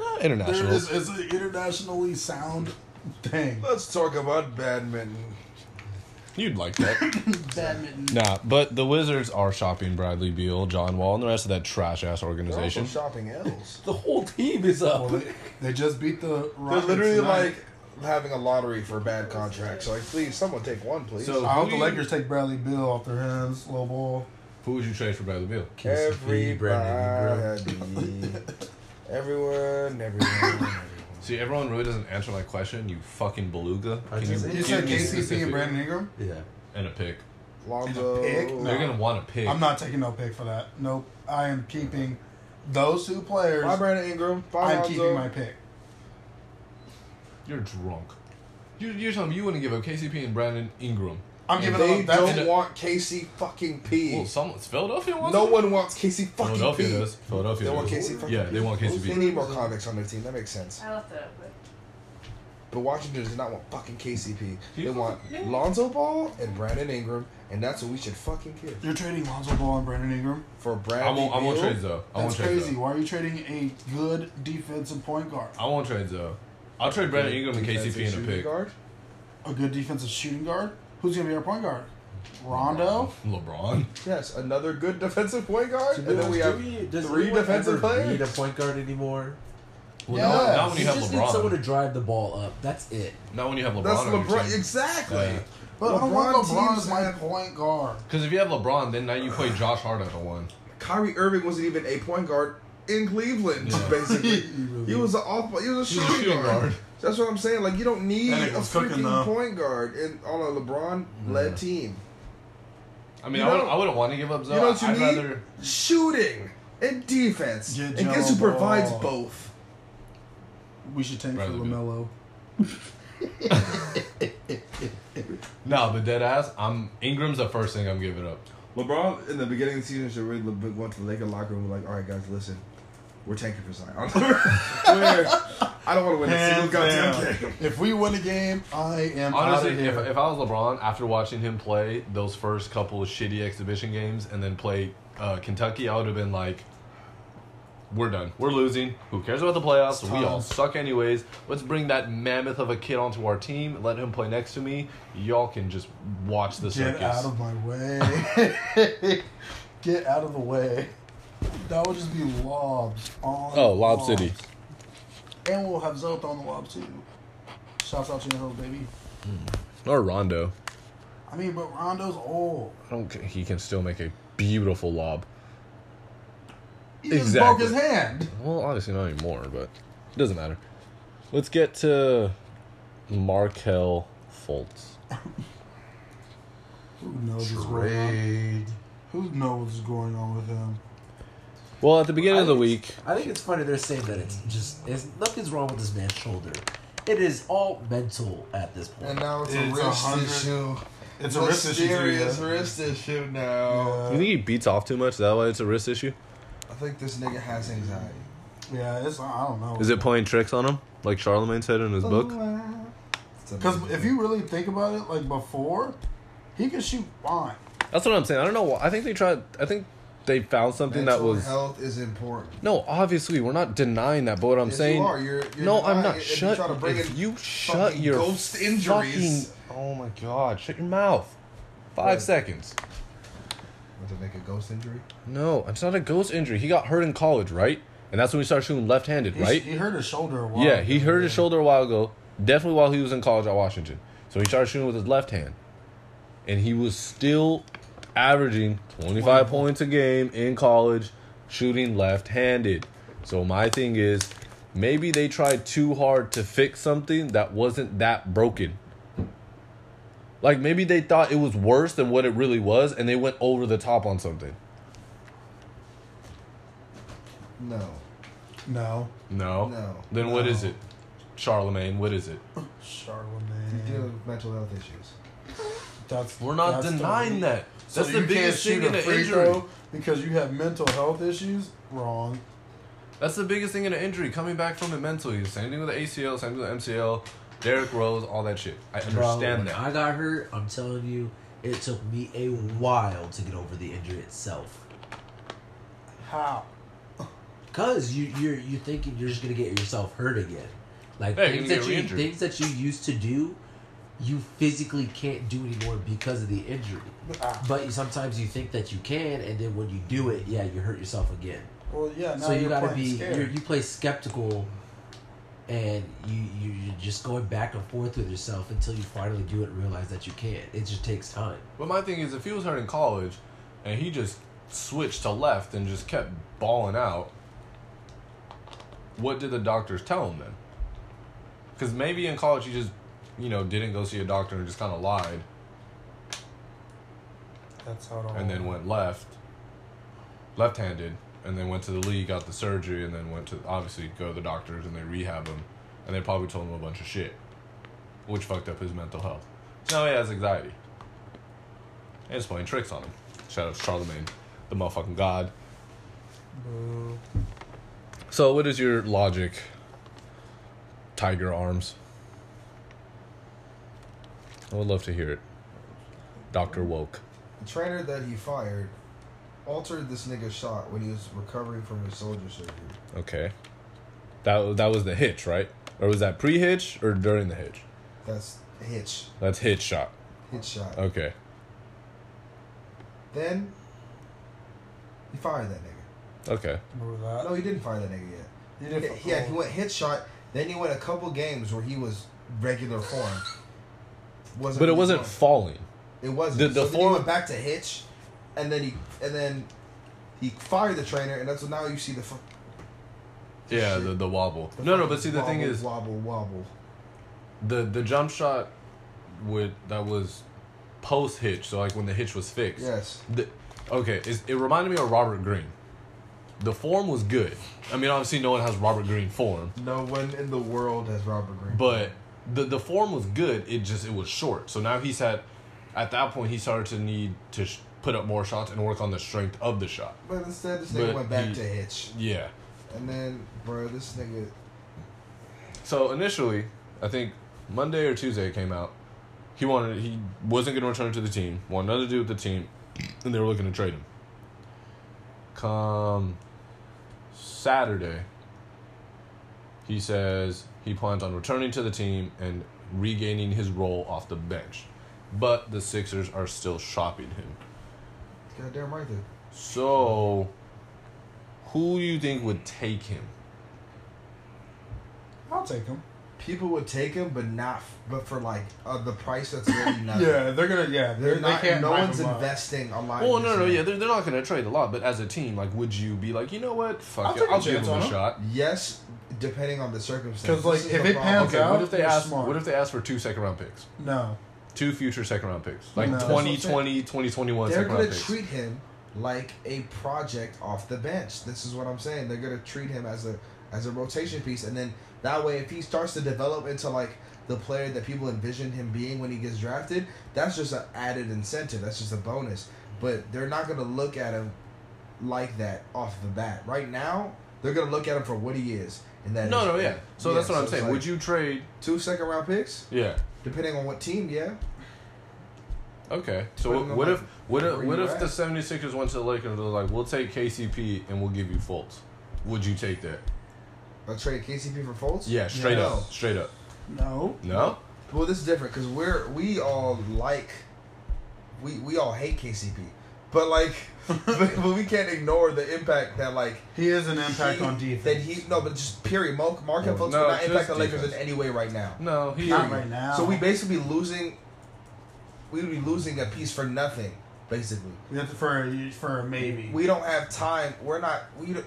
Eh, There International. is it's an internationally sound [laughs] thing. Let's talk about badminton. You'd like [laughs] that. Badminton. nah, but the Wizards are shopping Bradley Beal, John Wall, and the rest of that trash ass They're also organization. [laughs] shopping L's. The whole team is up. Well, they, they just beat the They're Rockets. literally tonight. like having a lottery for bad contracts. Like, please, someone take one, please. So- I hope the Who you- Lakers take Bradley Bill off their hands. Low ball. Who would you trade for Bradley Beal? KCP, Brandon Ingram. Everybody, everyone and everyone. See, everyone really doesn't answer my question. You fucking beluga. I Can just- you, You said give me KCP specific- and Brandon Ingram. yeah. and a pick. Lonzo. pick? No. You're gonna want a pick. I'm not taking no pick for that. Nope. I am keeping those two players. Five Brandon Ingram. Five I'm Lonzo. keeping my pick. You're drunk. You're, you're telling me you wouldn't give up KCP and Brandon Ingram. I'm giving They up. That's, don't want Casey fucking P. Well, someone Philadelphia wants No it? one wants Casey fucking Philadelphia P. does. Philadelphia They want does. Casey fucking Yeah, P. they want They KCP. need more convicts on their team. That makes sense. I left it up, but But Washington does not want fucking KCP. They Yeah. want Lonzo Ball and Brandon Ingram, and that's what we should fucking give you're trading Lonzo Ball and Brandon Ingram. for I Brandon. won't. I won't trade Zoe. I won't That's trade crazy. Zoe. Why are you trading a good defensive point guard, I won't trade Zoe. I'll trade Brandon Ingram and KCP in a pick. Guard? a good defensive shooting guard? Who's gonna be our point guard? Rondo. [laughs] LeBron. Yes, another good defensive point guard, and then we Do have does three anyone defensive ever players? Need a point guard anymore? Well, Yes. not, not when you You have just need someone to LeBron. drive the ball up. That's it. Not when you have LeBron. that's on your LeBron. team. Exactly. Yeah. But I don't want LeBron LeBron teams as my have- point guard. Because if you have LeBron, then now you play Josh Hart at the one. Kyrie Irving wasn't even a point guard in Cleveland. [laughs] Yeah. [laughs] Basically, He really he was an off. He was a shooting, [laughs] guard. That's what I'm saying. Like you don't need That a nigga was cooking, freaking though. point guard in, on a LeBron-led team. I mean, You I, would, know- I wouldn't want to give up Zoe. You know what you I'd need? rather. Shooting and defense. Get and guess who John provides Wall. both? We should tank for Rather good. Lamelo. No, but dead ass. I'm Ingram's the first thing I'm giving up. LeBron in the beginning of the season should really look- went to the Laker locker room and like, all right guys, listen, we're tanking for Zion. [laughs] We're- I don't want to win a single Hands goddamn down. game. If we win a game, I am Honestly, outta here. if, if I was LeBron, after watching him play those first couple of shitty exhibition games and then play uh, Kentucky, I would have been like, we're done. We're losing. Who cares about the playoffs? We all suck anyways. Let's bring that mammoth of a kid onto our team. Let him play next to me. Y'all can just watch the Get circus. out of my way. [laughs] Get out of the way. That would just be lobs on. Oh, Lob lobs. City. And we'll have Zelda on the lob too. Shouts out to your hoes, baby. or Rondo. I mean, but Rondo's old. I don't. ca- He can still make a beautiful lob. He just Exactly. broke his hand. Well, obviously not anymore, but it doesn't matter. Let's get to Markel Fultz. Who knows what's going on? Who knows what's going on with him? Well, at the beginning of the I- week, I think it's funny they're saying that it's just it's, nothing's wrong with this man's shoulder. It is all mental at this point. And now it's, It's a a wrist hundred- issue. It's a wrist issue. Mysterious yeah. wrist issue now. you think he beats off too much? Is that why it's a wrist issue? I think this nigga has anxiety. Yeah, it's I don't know. Is it playing tricks on him, like Charlemagne said in his book? It's a- Because if you really think about it, like before, he could shoot fine. That's what I'm saying. I don't know. why- I think they tried. I think they found something that Mental was. health is important. No, obviously we're not denying that, but what I'm Yes, you saying. are. You're- you're no, I'm denying not. it if you Shut. try to bring if in you shut fucking your ghost injuries. fucking- oh my god! Shut your mouth. Five Right. seconds. What, to make a ghost injury? No, it's not a ghost injury. He got hurt in college, right? And that's when we started shooting left-handed, He, right? He hurt his shoulder a while. yeah, he ago, hurt his yeah. shoulder a while ago, definitely while he was in college at Washington. So he started shooting with his left hand, and he was still averaging 25 points a game in college, shooting left-handed. So my thing is, maybe they tried too hard to fix something that wasn't that broken. Like maybe they thought it was worse than what it really was, and they went over the top on something. No. No, No. No. Then what is it? Charlemagne, what is it? You're dealing Charlemagne. with mental health issues. That's We're not that's the- denying that. So That's the you biggest thing can't shoot in a an free injury. throw because you have mental health issues. Wrong. That's the biggest thing in an injury, coming back from it mentally. Same thing with the ACL, same thing with the MCL, Derrick Rose, all that shit. I Bro, understand when that. I got hurt. I'm telling you, it took me a while to get over the injury itself. How? Cause you you're you thinking you're just gonna get yourself hurt again, like Yeah, you're gonna things that get you re-injured. things that you used to do, you physically can't do anymore because of the injury. Ah. But you- sometimes you think that you can, and then when you do it, yeah, you hurt yourself again. Well, yeah. Now so you you're gotta playing be scared. you're, you play skeptical, and you you- you're just going back and forth with yourself until you finally do it and realize that you can't. It just takes time. But my thing is, if he was hurt in college and he just switched to left and just kept balling out, what did the doctors tell him then? Because maybe in college he just, you know, didn't go see a doctor and just kind of lied That's how it all. and then went left, left-handed, and then went to the league, got the surgery, and then went to obviously go to the doctors and they rehab him, and they probably told him a bunch of shit, which fucked up his mental health. So now he has anxiety. And it's playing tricks on him. Shout out to Charlemagne, the motherfucking god. Boo. So what is your logic? Tiger arms. I would love to hear it. Doctor Woke. The trainer that he fired altered this nigga's shot when he was recovering from his soldier surgery. Okay. That that was the hitch, right? Or was that pre-hitch or during the hitch? That's hitch, That's hitch shot. hitch shot. Okay. Then he fired that nigga. Okay. Remember No, that? he didn't fire that nigga yet. You didn't. Yeah, yeah, he went hit shot. Then he went a couple games where he was regular form. Wasn't But it really wasn't going. falling. It wasn't. The- the so then he form- went back to Hitch, and then he and then he fired the trainer, and that's now you see the. Fu- Yeah, Shit. the, the wobble. the No, no, fucking but see the thing wobble, is wobble, wobble. the the jump shot would that was post hitch, so like when the hitch was fixed. Yes, The, okay, it's, it reminded me of Robert Green. The form was good. I mean, obviously, no one has Robert Green form, no one in the world has Robert Green. but the the form was good. It just it was short. So now he's had, at that point, he started to need to sh- put up more shots and work on the strength of the shot. but instead, this nigga But went back he- to Hitch, Yeah. and then bro, this nigga. So initially, I think Monday or Tuesday it came out. He wanted he wasn't going to return to the team. Wanted nothing to do with the team, and they were looking to trade him. Come Saturday, he says he plans on returning to the team and regaining his role off the bench, but the Sixers are still shopping him. Goddamn right there. So, who do you think would take him? I'll take him. People would take him, but not, f- but for like uh, the price [laughs] that's really nothing. Yeah, they're gonna. Yeah, They're they're, they not. can't. no hype one's him up. investing a lot. Well, in no, this no, nigga. yeah, they're, they're not going to trade a lot, but as a team, like, would you be like, you know what, fuck I'll it, take a I'll give chance them a on 'em. shot. Yes, depending on the circumstances. 'Cause, like, This is if the it problem. pans Okay, out- what if they you're ask? smart. What if they ask for two second round picks, No. two future second round picks, like No. twenty, That's what I'm 20, 20, 2021 They're second round gonna picks? treat him like a project off the bench. This is what I'm saying. They're gonna treat him as a as a rotation piece, and then that way, if he starts to develop into like the player that people envision him being when he gets drafted, that's just an added incentive. That's just a bonus. But they're not gonna look at him like that off the bat. Right now, they're gonna look at him for what he is, and that no, is- no, yeah. So that's what I'm it's saying. like would you trade? two second round picks, Yeah. depending on what team? Yeah, Okay. So Depending what, on, what like, if what if where what you if at. the 76ers went to the Lakers and they're like, we'll take KCP and we'll give you Fultz? Would you take that? a trade KCP for Fultz. Yeah, straight No. up, straight up. No. No. Well, this is different because we're we all like we we all hate KCP, but like [laughs] but, but we can't ignore the impact that like He is an impact he- on defense. That he no, but just period. Mark Mark and No, Fultz no, not just impact the Lakers in defense. any way right now. No. He. Not right now. So we basically losing. We would be losing a piece for nothing, basically. We have to for a, for a maybe. We don't have time. We're not. We don't,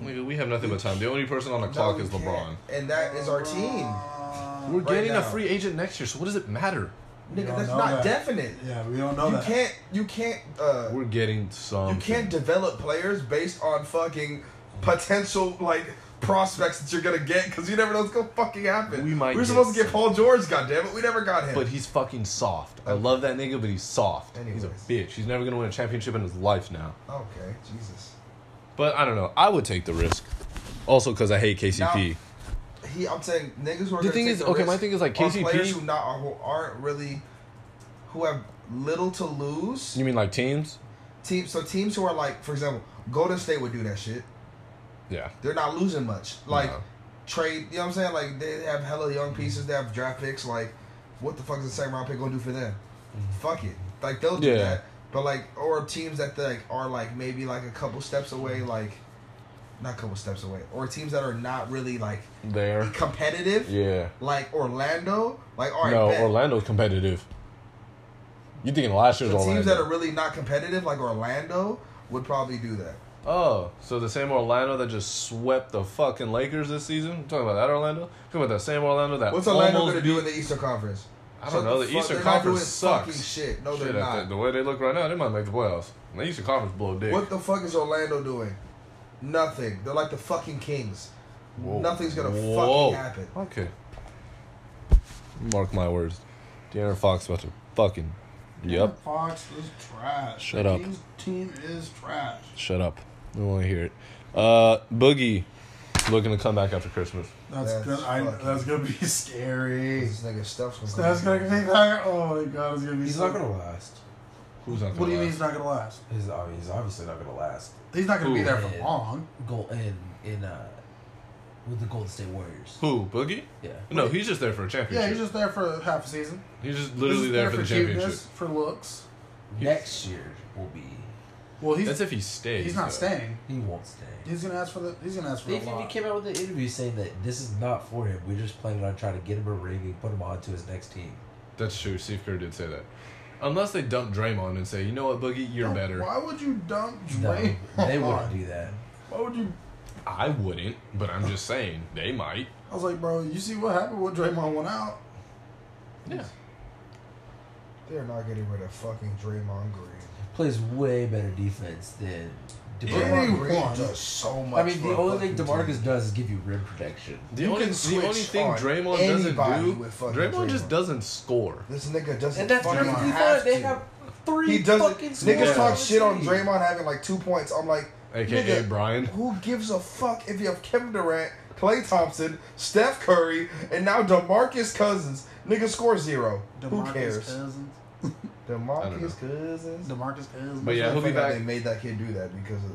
We we have nothing but time. The only person on the no, clock we is can't. LeBron. and that is our team. We're Uh, Right getting a now. free agent next year, so what does it matter? We Nigga, don't that's know that. not definite. Yeah, we don't know you that. can't. You can't. Uh, We're getting some. You can't develop players based on fucking potential like prospects that you're gonna get because you never know what's gonna fucking happen. We might We were get supposed to some. get Paul George, goddammit. We never got him. But he's fucking soft. I love that nigga, but he's soft. He's Anyways. a bitch. He's never gonna win a championship in his life now. okay, Jesus. But I don't know. I would take the risk. Also, because I hate KCP. Now- He, I'm saying niggas who are The gonna thing take is- the okay, risk my thing is, like, are KCP players who not are, who aren't really who have little to lose. you mean like teams? Teams, so teams who are like, for example, Golden State would do that shit. Yeah. They're not losing much. Like No. trade, you know what I'm saying? Like they have hella young pieces. They have draft picks. Like what the fuck is the second round pick gonna do for them? Fuck it. Like they'll do Mm-hmm. Yeah. that. But like or teams that like are like maybe like a couple steps away. Mm-hmm. Like not a couple steps away. Or teams that are not really like There. competitive. Yeah. Like Orlando. Like all right. no, bet. Orlando's competitive. You thinking last The year's teams Orlando? that are really not competitive, like Orlando, would probably do that. Oh, so the same Orlando that just swept the fucking Lakers this season? You talking about that Orlando? talking about that same Orlando that What's almost Orlando going to beat- do in the Eastern Conference? I Shut don't know. the The, fuck- Eastern they're not Conference doing fucking sucks. shit. No, they're Shit, I think not. The way they look right now, they might make the playoffs. The Eastern Conference blow dick. What the fuck is Orlando doing? Nothing. They're like the fucking Kings. Whoa. Nothing's gonna Whoa. fucking happen. Okay. Mark my words. De'Aaron Fox about to fucking. Yep. Fox is trash. Shut the up. Kings team is trash. Shut up. I don't want to hear it. Uh, Boogie looking to come back after Christmas. That's, That's gonna. I, fucking- that's [laughs] gonna be scary. This nigga stuff's gonna. That's come gonna be that. Oh my god, it's gonna be. He's so- not gonna last. Who's not What do you mean he's not gonna last? He's, ob- he's obviously not gonna last. He's not gonna be Who? there for Yeah. long. Goal in in uh with the Golden State Warriors. Who? Boogie? Yeah. No, he's just there for a Yeah, championship. he's just there for half a season. He's just He's literally just there, for the championship. cuteness, for looks. Next year will be. Well, he's That's if he stays. he's not though. staying. He won't stay. He's gonna ask for the. He's gonna ask for They the even lot. came out with an interview saying that this is not for him. We're just planning on trying to get him a ring and put him on to his next team. That's true. Steve Kerr did say that. Unless they dump Draymond and say, you know what, Boogie, you're better. Why would you dump No, Draymond? [laughs] they wouldn't do that. Why would you? I wouldn't, but I'm just saying they might. I was like, bro, you see what happened when Draymond went out? Yeah. back. They're not getting rid of fucking Draymond Green. Plays way better defense than DeMar. Yeah. Draymond Green Anyone. does so much. I mean, the for a only thing fucking DeMarcus team. does is give you rim protection. The You only, can the only switch thing on Draymond doesn't anybody do, with fucking Draymond, just Draymond. doesn't score. This nigga doesn't. And that's fucking perfectly have fine. They to. have three He doesn't. fucking Niggas scorers talk the shit on team. Draymond having like two points. I'm like, AKA nigga, Brian. Who gives a fuck if you have Kevin Durant, Klay Thompson, Steph Curry, and now DeMarcus Cousins? Nigga score zero. who DeMarcus cares? Cousins. I don't know. DeMarcus Cousins. DeMarcus Cousins. But yeah, I he'll be found out back. They made that kid do that because of,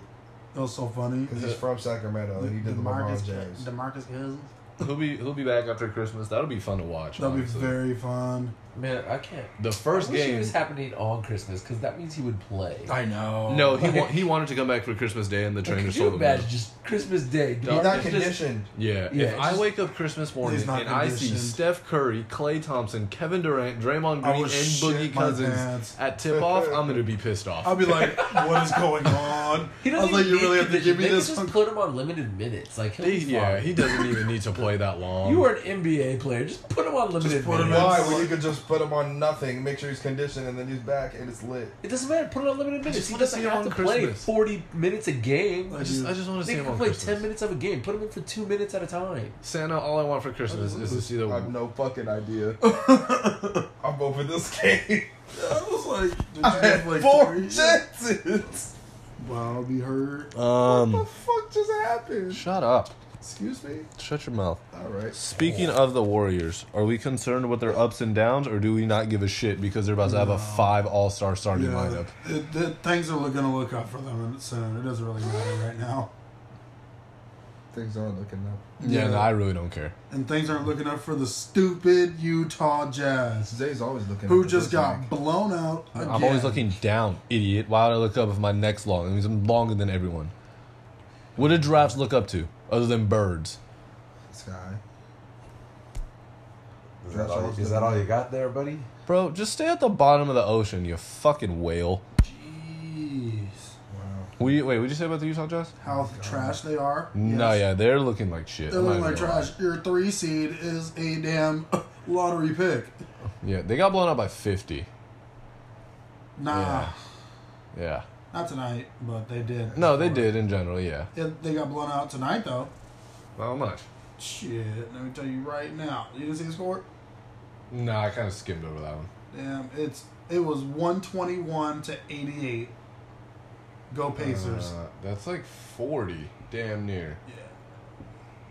It was so funny. cause he's from Sacramento and he did the LeBron James. DeMarcus Cousins. He'll be he'll be back after Christmas. That'll be fun to watch. That'd be honestly. very fun. Man, I can't. the first I wish it game. was happening on Christmas because that means he would play. I know. No, he wa- he wanted to come back for Christmas Day, and the Like, trainer could you told him. no. imagine just Christmas Day? He's DeMarcus not just- conditioned. Yeah, Yeah, if it's I just- wake up Christmas morning not and I see conditioned. Steph Curry, Klay Thompson, Kevin Durant, Draymond I Green, and would shit Boogie my Cousins pants. at tip off, I'm gonna be pissed off. I'll be like, what is going [laughs] on? He I doesn't was like, even you need really have to condition. give me They could this just [laughs] one. put him on limited minutes. Like he'll He- be fine. yeah, he doesn't even need to play that long. You are an NBA player. Just put him on limited put him minutes. Why? When you could just put him on nothing, make sure he's conditioned, and then he's back and it's lit. It doesn't matter. Put him on limited minutes. just He wanna doesn't see him have to on play Christmas. forty minutes a game. I just, I just want to They see him can on play Christmas. ten minutes of a game. Put him in for two minutes at a time. Santa, all I want for Christmas is to see the. I have no fucking idea. I'm over this game. I was like, did you I had have like four three? chances. Wow, I'll be hurt. What the Um, fuck just happened? shut up. Excuse me. Shut your mouth. All right. Speaking of the Warriors, are we concerned with their ups and downs, or do we not give a shit because they're about to have a five All Star starting Yeah, lineup? it, it, things are going to look up for them soon. It doesn't really matter right now. Things are looking up. Yeah, Yeah. no, I really don't care. And things aren't looking up for the stupid Utah Jazz, Zay's always looking. up who at just this got mic. blown out again. I'm always looking down, idiot. Why would I look up if my neck's long? It means I'm longer than everyone. What do giraffes look up to other than birds? This guy. Is that all- is that all you got there, buddy? Bro, just stay at the bottom of the ocean, you fucking whale. Jeez. Wow. We wait, what did you say about the Utah Jazz? How trash they are. No, Yes. yeah, they're looking like shit. They're I'm not looking like even gonna lie. trash. Your three seed is a damn [laughs] lottery pick. Yeah, they got blown out by fifty. Nah, Yeah. Yeah. not tonight, but they did. No, they did in general, yeah. Yeah, they got blown out tonight, though. How much? Shit, let me tell you right now. You didn't see the score? No, I kinda skimmed over that one. Damn, it's it was one twenty one to eighty eight. Go Pacers! Uh, that's like forty. Damn near. yeah,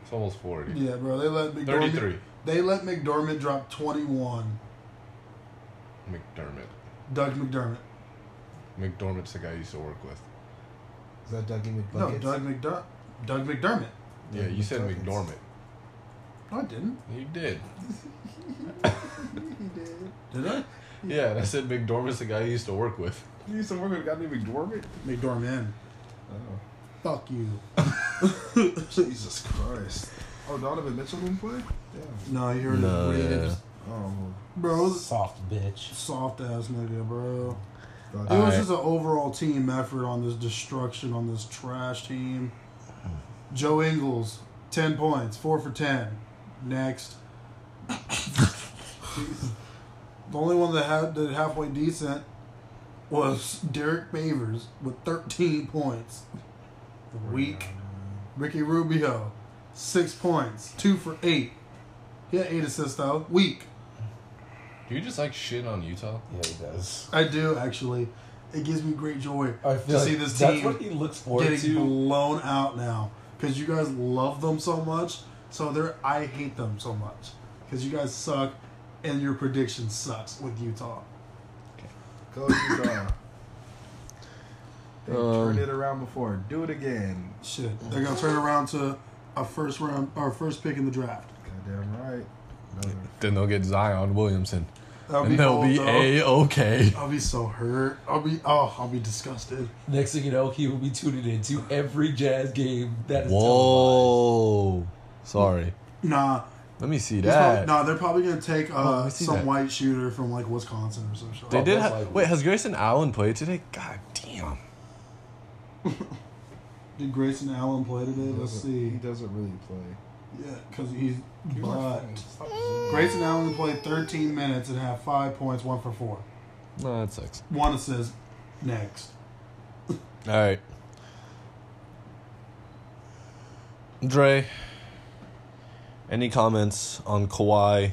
It's almost forty. yeah, bro. They let McDormand. 33. They let McDermott drop twenty one. McDermott. Doug McDermott. McDormand's the guy I used to work with. Is that Dougie No, McBuckets? Doug McDermott. Doug McDermott. Yeah, you said McDormand. McDormand. No, I didn't. You did. Did I? Yeah, and I said McDormand's the guy I used to work with. You used to work with a guy named McDormand? McDormand. Oh. Fuck you. [laughs] Jesus Christ. Oh, Donovan Mitchell didn't play? Damn. No, you're No, no, yeah. Oh. bro. Soft bitch. Soft ass nigga, bro. It was Alright. just an overall team effort on this destruction on this trash team. Joe Ingles, ten points, four for ten. Next, [laughs] the only one that had that halfway decent was Derek Favors with thirteen points. Weak. uh, Ricky Rubio, six points, two for eight. He had eight assists though. Weak. Do you just like shit on Utah? Yeah, he does. I do actually. It gives me great joy I to feel like see this that's team what he looks forward getting to. blown out now because you guys love them so much. So they're I hate them so much because you guys suck and your prediction sucks with Utah. Go Utah. They turned it around before. Do it again. Shit, they're gonna turn around to a first round or first pick in the draft. Goddamn right. Another- Then they'll get Zion Williamson, That'll and they'll bold, be though. a okay. I'll be so hurt. I'll be oh, I'll be disgusted. Next thing you know, he will be tuning into every jazz game that is Whoa! Sorry. Nah, Let me see he's probably, that. nah, they're probably gonna take Oh, uh, I see some that. white shooter from like Wisconsin or some shit. They did. most Ha- likely. Wait, has Grayson Allen played today? God damn. Did Grayson Allen play today? He Let's doesn't- see. He doesn't really play. Yeah, because he's Give me my but phone. Stop zooming. Grayson Allen played 13 minutes and had five points, one for four, No, that sucks. one assist. Next, All right. Dre, any comments on Kawhi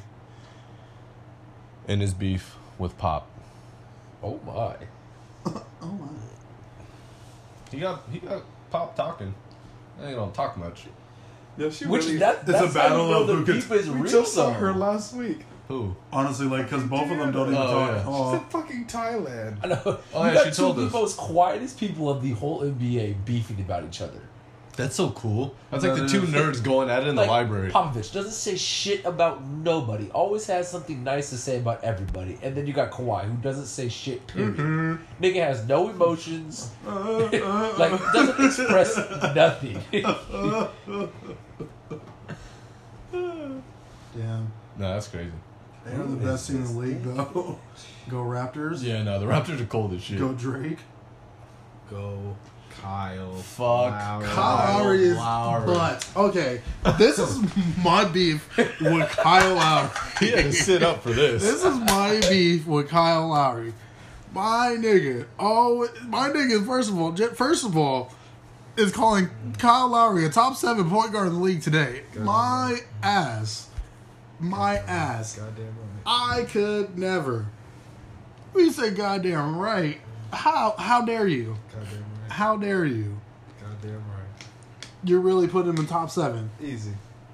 and his beef with Pop? Oh my. oh my, He got he got Pop talking. They don't talk much. Yeah, she Which really, that, that's a battle how you of know who the can- beef is we real. just saw Saw her last week. Who? honestly, like because both of them don't even Oh, talk. yeah. Oh, She's in fucking Thailand. I know. Oh, you yeah, got she two told of the us. most quietest people of the whole NBA beefing about each other. That's so cool. That's No, like the no, two no. nerds going at it in the Like, library. Popovich doesn't say shit about nobody. Always has something nice to say about everybody. And then you got Kawhi, who doesn't say shit. Period. Nigga has no emotions. [laughs] like doesn't express [laughs] nothing. No, damn, that's crazy. they're the best team in the league though. [laughs] Go Raptors. Yeah, no, the Raptors are cold as shit. [laughs] Go Drake. Go, Kyle. Fuck Lowry. Kyle Lowry is but okay. This is [laughs] my beef with Kyle Lowry. He had to sit up for this. This is my beef with Kyle Lowry. My nigga, oh, my nigga. First of all, j- first of all, is calling Kyle Lowry a top seven point guard in the league today. My ass, my ass. Goddamn right. I could never. We say goddamn right. How how dare you? Goddamn right. How dare you? Goddamn right. You're really putting him in top seven. Easy,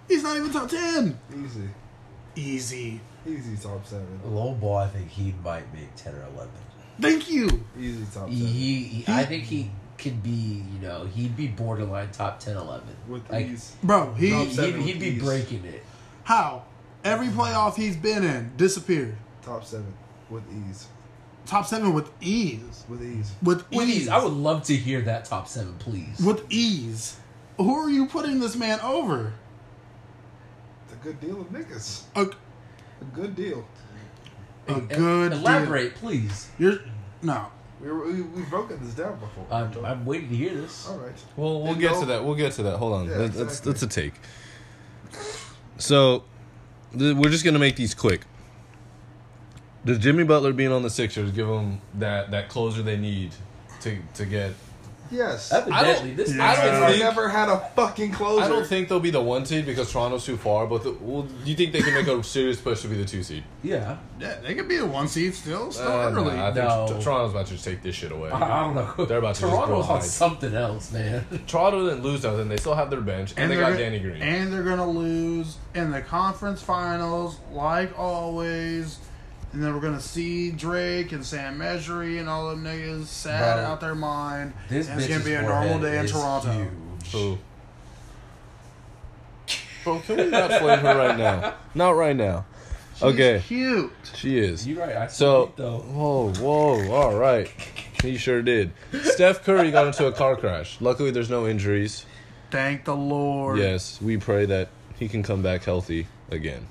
He's not even top ten. easy, Easy. easy. Top seven. Low ball. I think he might make ten or eleven. Thank you. Easy top He, seven. he, he- I think he could be. You know, he'd be borderline top 10, 11. With Like, ease. Bro, he Top He'd, seven he'd, with be ease. breaking it. How? Every playoff he's been in disappeared. Top seven. With ease. Top seven with ease. With ease. With ease. With ease, I would love to hear that top seven, please. With ease. Who are you putting this man over? It's a good deal of niggas. A, A good deal. a E- good Elaborate, please. Deal. You're no. We were, we we've broken this down before. I'm, Um, I'm waiting to hear this. All right. Well, we'll Didn't get know- to that. We'll get to that. Hold on. Yeah, That- that's exactly. that's a take. So, th- we're just gonna make these quick. Does Jimmy Butler being on the Sixers give them that that closer they need to to get? Yes. Evidently, this I I don't I've think. never had a fucking closer. I don't think they'll be the one seed because Toronto's too far. But the, well, you think they can make a serious push to be the two seed? yeah. Yeah, they could be a one seed still. Still Uh, early. nah, I think No. Uh-huh. T- Toronto's about to just take this shit away. I, I don't know. They're about to just Toronto's blow on it. something else, man. Toronto didn't lose nothing. They still have their bench, and, they they're got go- Danny Green. And they're gonna lose in the conference finals, like always. And then we're gonna see Drake and Sam Measury and all them niggas sad Bro, out their mind. This and it's bitch's gonna be a forehead normal day in is Toronto. huge. Who? Bro, can we not flame her right now? Not right now. Okay, Cute. she is. You're right. I So, so, though. whoa, whoa, all right. He sure did. Steph Curry got into a car crash. Luckily, there's no injuries. Thank the Lord. Yes, we pray that he can come back healthy again.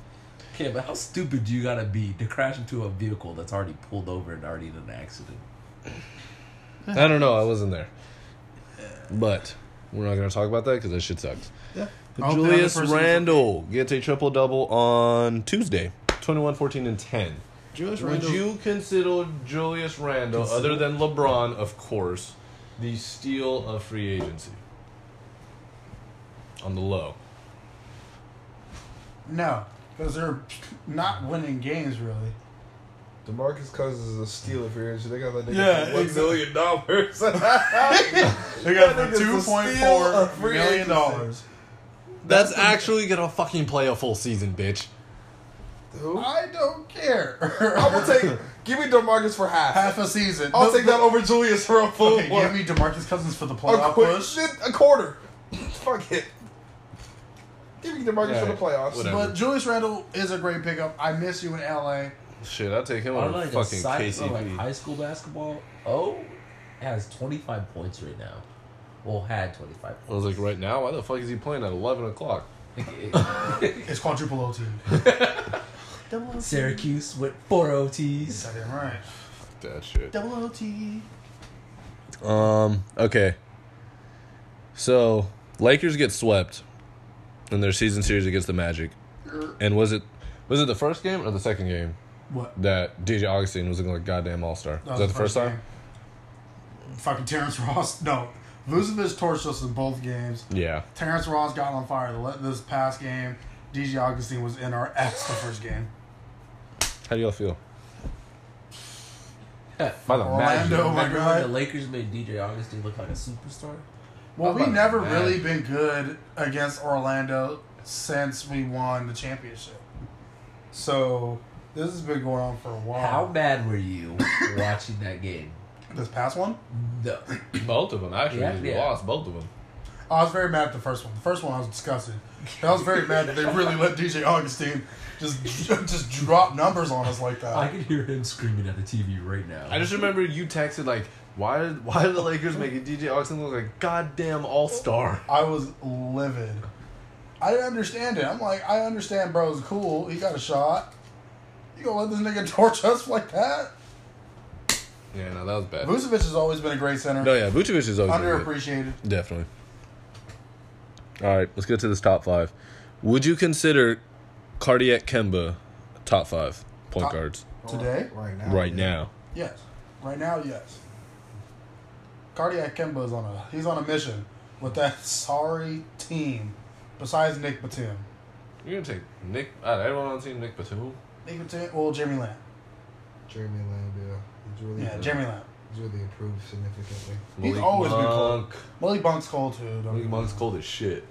Okay, but how stupid do you gotta be to crash into a vehicle that's already pulled over and already in an accident? I don't know. I wasn't there. But we're not going to talk about that because that shit sucks. I hope the other Julius person- Randle gets a triple double on Tuesday 21, 14, and 10. Julius Would Randle. you consider Julius Randle, other than LeBron, of course, the steal of free agency? On the low. No, because they're not winning games really. Demarcus Cousins is a steal if you're interested. They got that nigga Yeah, for one exactly. million dollars. They got That for nigga's two the point steal four of free million agency. dollars. That's actually gonna fucking play a full season, bitch. Who? I don't care. I will take. Give me Demarcus for [laughs] half. half a season. I'll The- take that over Julius for a full Okay, one. give me Demarcus Cousins for the a playoff quick push. shit, a quarter. [laughs] Fuck it. Give me Demarcus Yeah, for the playoffs. whatever. But Julius Randle is a great pickup. I miss you in LA. Shit, I'll take him On on like a fucking side note, KCP. like high school basketball, O has 25 points right now. Well, had 25 I was like, right now, why the fuck is he playing at eleven o'clock? points. It's quadruple [laughs] OT. Syracuse with four OTs. That damn right. That shit. Double OT. Um. Okay. So Lakers get swept in their season series against the Magic, and was it was it the first game or the second game What? that DJ Augustine was looking like goddamn All Star? was Was that the first time? game. Fucking Terrence Ross. No. Vucevic torched us in both games. Yeah. Terrence Ross got on fire the le- this past game. DJ Augustine was in our ass the first game. How do y'all feel? Yeah. By the Orlando, Magic. oh my Remember when the god. Lakers made DJ Augustine look like a superstar? Well, we Orlando- never Man. really been good against Orlando since we won the championship. So this has been going on for a while. How mad were you watching that game? This past one, No. Both of them actually. Yeah, they yeah. lost both of them. I was very mad at the first one. The first one I was disgusted. I was very mad that they really let DJ Augustine just [laughs] just drop numbers on us like that. I can hear him screaming at the TV right now. I just remember you texted like, why [laughs] did why did the Lakers make DJ Augustine look like goddamn All [laughs] Star? I was livid. I didn't understand it. I'm like, I understand, bro's cool. He got a shot. You gonna let this nigga [laughs] torch us like that? Yeah, no, that was bad. Vucevic has always been a great center. No, yeah, Vucevic is always been good. Underappreciated. Definitely. All right, let's get to this top five. Would you consider Cardiac Kemba top five point Top- guards Today? Right now. right yeah. now? Yes. Right now, yes. Cardiac Kemba is on a he's on a mission with that [laughs] sorry team. Besides Nick Batum, You're gonna take Nick. Uh, everyone on the team, Nick Batum. Nick Batum, well, Jeremy Lamb. Jeremy Lamb, yeah. He's really, Yeah, Jeremy Lamb. he's really improved significantly. He's always been cold. Monk. Malik Bunk's cold too. Malik don't get me Monk's wrong. cold as shit.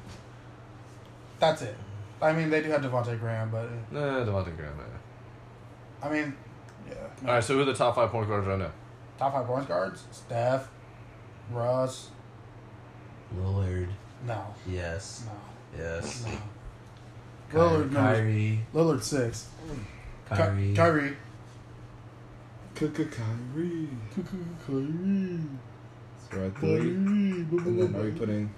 That's it. I mean, they do have Devontae Graham, but uh, Nah, Devontae Graham. Nah. I mean, yeah. All right, so who are the top five point guards right now? Top five point guards: Steph, Russ. Lillard. No, Yes. no, Yes. no. Kyrie. Lillard, no. Kyrie. Lillard six. Ky- Kyrie. Kyrie. Kyrie. Kyrie. Right three. And then are we putting,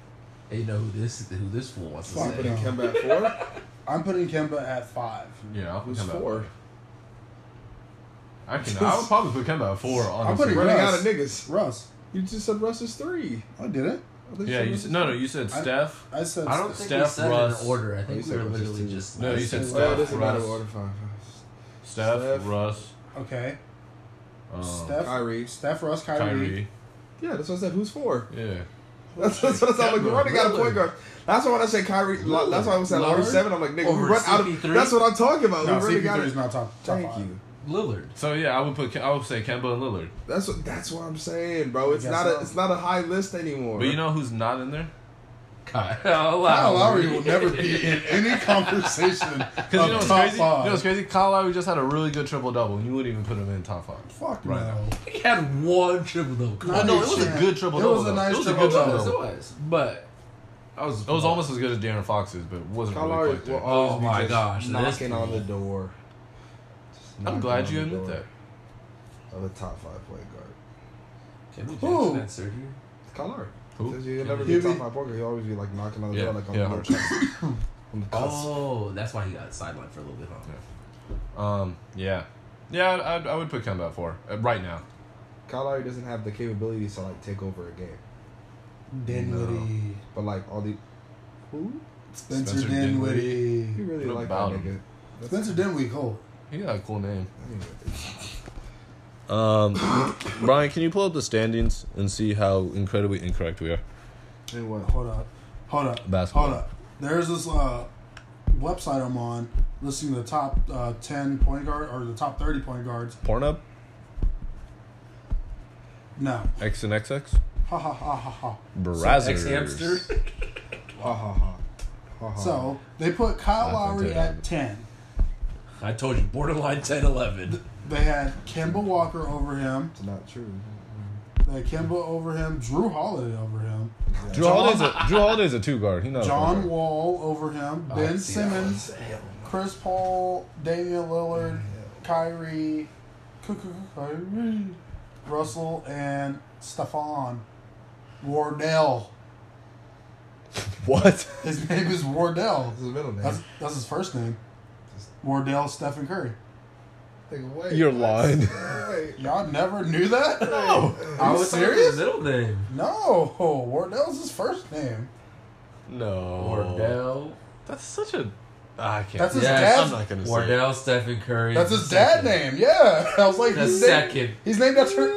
And you know who this who this fool wants to are we Fuck say. putting no. Kemba at [laughs] four? I'm putting Kemba at five. Yeah, I'll put Who's Kemba. at- four? [laughs] Actually, no, I would probably put Kemba at four. Honestly. putting Running Russ. out of niggas. Russ. You just said Russ is three. I did it. I thought Yeah, said you Russ said, is no, no, three. you said Steph. I said. I don't Steph. think Steph, we Oh, said Russ. in order. I you think we said were Russ is literally two. just. No, you said listing- Steph. Oh, it doesn't matter Russ. order five. Steph, Steph. Russ, Okay. um, Steph. Kyrie. Steph. Russ. Kyrie. Kyrie. Yeah, that's what I said. Who's four? Yeah. [laughs] That's, that's what I said. Like, we running out of point guard. That's why when I said Kyrie, Lillard. that's why I was saying Lillard Lowry seven. I'm like, nigga, over we run out of. CP3? That's what I'm talking about. No, Oh, we running out CP3 is of. not top. top Thank five. you. Lillard. [laughs] So yeah, I would put Ke- I would say Kemba and Lillard. That's what. That's what I'm saying, bro. It's guess not a. so. It's not a high list anymore. But you know who's not in there? Kyle Kyle Lowry will never be in [laughs] any conversation of Because you know what's top crazy? You five. know what's crazy? Kyle Lowry just had a really good triple double, and you wouldn't even put him in top five. Fuck Right no. [laughs] He had one triple double. Come Well, on. no, it was a Yeah. good triple It double. was a nice it was a triple good triple double. Yes, it double. was. But I was, it was almost as good as Darren Fox's, but it wasn't Kyle really Lowry quite will there. always Oh be my just gosh, that's knocking on the cool. door. Just I'm knocking glad on you the admit door that. Of a top five point guard, Kevin Who? Jackson had surgery. Kyle Lowry. Who? Says He'll never be He'll a top be- five point guard. He'll always be like knocking on the Yeah, door, like on yeah, the hundred [coughs] cusp. on the cusp. Oh, that's why he got sidelined for a little bit. Huh? Um, yeah, yeah, I, I, I would put Kemba at four uh, right now. Kyle Lowry doesn't have the capabilities to like take over a game. Dinwiddie. But like all the, who? Spencer, Spencer Dinwiddie. You really What like about that nigga. him? Spencer Dinwiddie, cold. He got a cool name. Anyway, Um, Brian, can you pull up the standings and see how incredibly incorrect we are? And what? Hold up. Hold up. Basketball. Hold up. There's this uh, website I'm on listing the top uh, 10 point guard or the top 30 point guards. Pornhub, No. X and XX, Ha ha ha ha ha. Brazzers. Ex hamster. [laughs] Ha ha ha. Ha ha. So they put Kyle Nothing to Lowry it. at 10. I told you, borderline 10 11. They had Kemba Walker over him. it's not true. They had Kemba over him. Drew Holiday over him. Drew Holiday's a Drew Holiday's a two guard. He not John Wall. Wall over him. Oh, I ben see that one. Simmons. Chris Paul. Damian Lillard. Kyrie. Kyrie. [laughs] Russell and Stefan. Wardell. What? His name is Wardell. That's his middle name. That's, that's his first name. Wardell Stephen Curry. Take [laughs] away. You're lying. Wait. Y'all never knew [laughs] that? No. I'm What's up with serious? his middle name? No. Wardell's his first name. Oh. No. Wardell. That's such a. I can't. That's his Yes, dad's. I'm not gonna say. [laughs] it. Wardell Stephen Curry. That's is his the dad second. name. Yeah, [laughs] I was like, The he's second. Named, he's named after.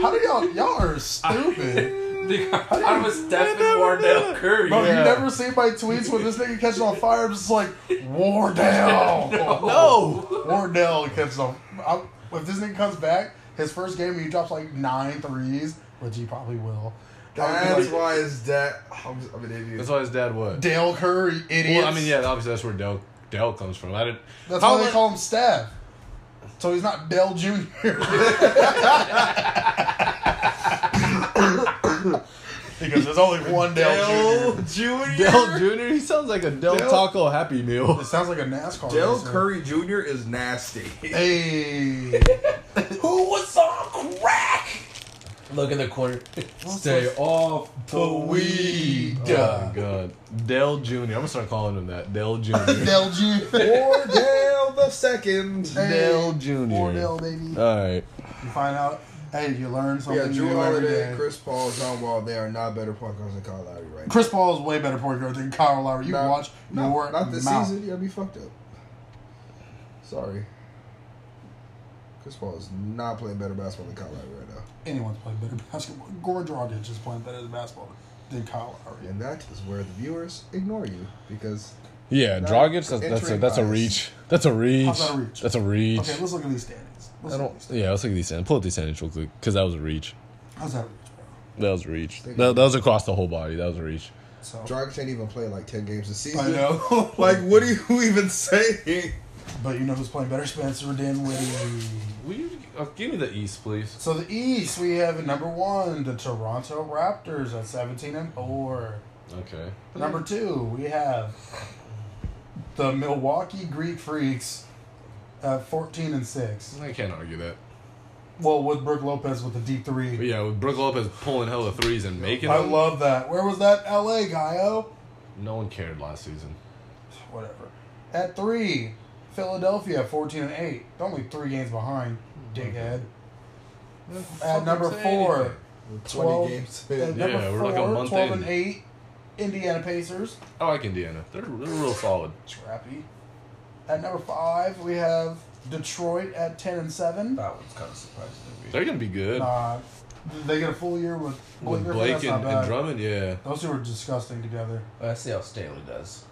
How do y'all? Y'all are stupid. [laughs] Nigga, I was Stephen Wardell Curry. Bro, Yeah. you never seen my tweets when this nigga catches on fire. I'm just like Wardell. Oh. No. Wardell catches on. i if this nigga comes back, his first game he drops like nine threes, which he probably will. I would be That's like, why his dad. I'm, I'm an idiot. That's why his dad was. Dale Curry, idiot. Well, I mean, yeah, obviously that's where Dell Dell comes from. I didn't. That's How why they am I- call him Steph. So he's not Dell Junior. [laughs] because there's only one Dell Junior. Junior. Dell Junior. He sounds like a Dell Del- Taco Happy Meal. [laughs] It sounds like a NASCAR. Dale racer. Curry Jr. [laughs] is nasty. Hey, Who was on crack? Look in [laughs] the corner. Stay off the weed. weed. Oh my god, Dell Junior. I'm gonna start calling him that. Dell Junior. Dell Junior. Or Dale the second. Dell Junior. Or Dell, baby. All right. You find out. Hey, you learn something Yeah, Drew new every Holiday, day. Chris, Chris Paul, John Wall, they are not better point guards than Kyle Lowry right now. Paul is way better point guard than Kyle Lowry. You can Not- watch not, more. Not this mouth. season. You'll be fucked up. Sorry. Chris Paul is not playing better basketball than Kyle Lowry right now. Anyone's playing better basketball. Goran Dragic is playing better basketball than Kyle Lowry. And that is where the viewers ignore you because Yeah, Not Dragic. That's, that's a entering that's a bias. reach. That's a reach. How's that a reach? That's a reach. Okay, let's look at these standings. Let's I look at don't. these Yeah, let's look at these standings. Pull up these standings real quick, because that was a reach. standings. How's that reach, bro? That was a reach. That, that was across the whole body. That was a reach. So Dragic can't even play like ten games a season. I [laughs] know, Like, what are you even saying? but you know who's playing better, Spencer Dinwiddie. Will you uh, give me the East, please? So the East, we have at number one the Toronto Raptors at seventeen and four. Okay. Number two, we have the Milwaukee Greek Freaks at fourteen and six. I can't argue that. Well, with Brooke Lopez with the deep But three. yeah, with Brooke Lopez pulling hella threes and making I them, love that. Where was that LA guy? Oh, no one cared last season. whatever. At three, Philadelphia fourteen and eight. They're only three games behind. Dickhead. At number four, Twenty 12, games. at in. number Yeah, we're four, like a month 12 in. and 8, Indiana Pacers. I like Indiana. They're, they're real solid. Trappy. At number 5, we have Detroit at 10 and 7. That one's kind of surprising to me. They're gonna be good Uh, they get a full year with with Griffin, Blake that's not and, bad. and Drummond. Yeah, Those two are disgusting together. Let's see how Stanley does.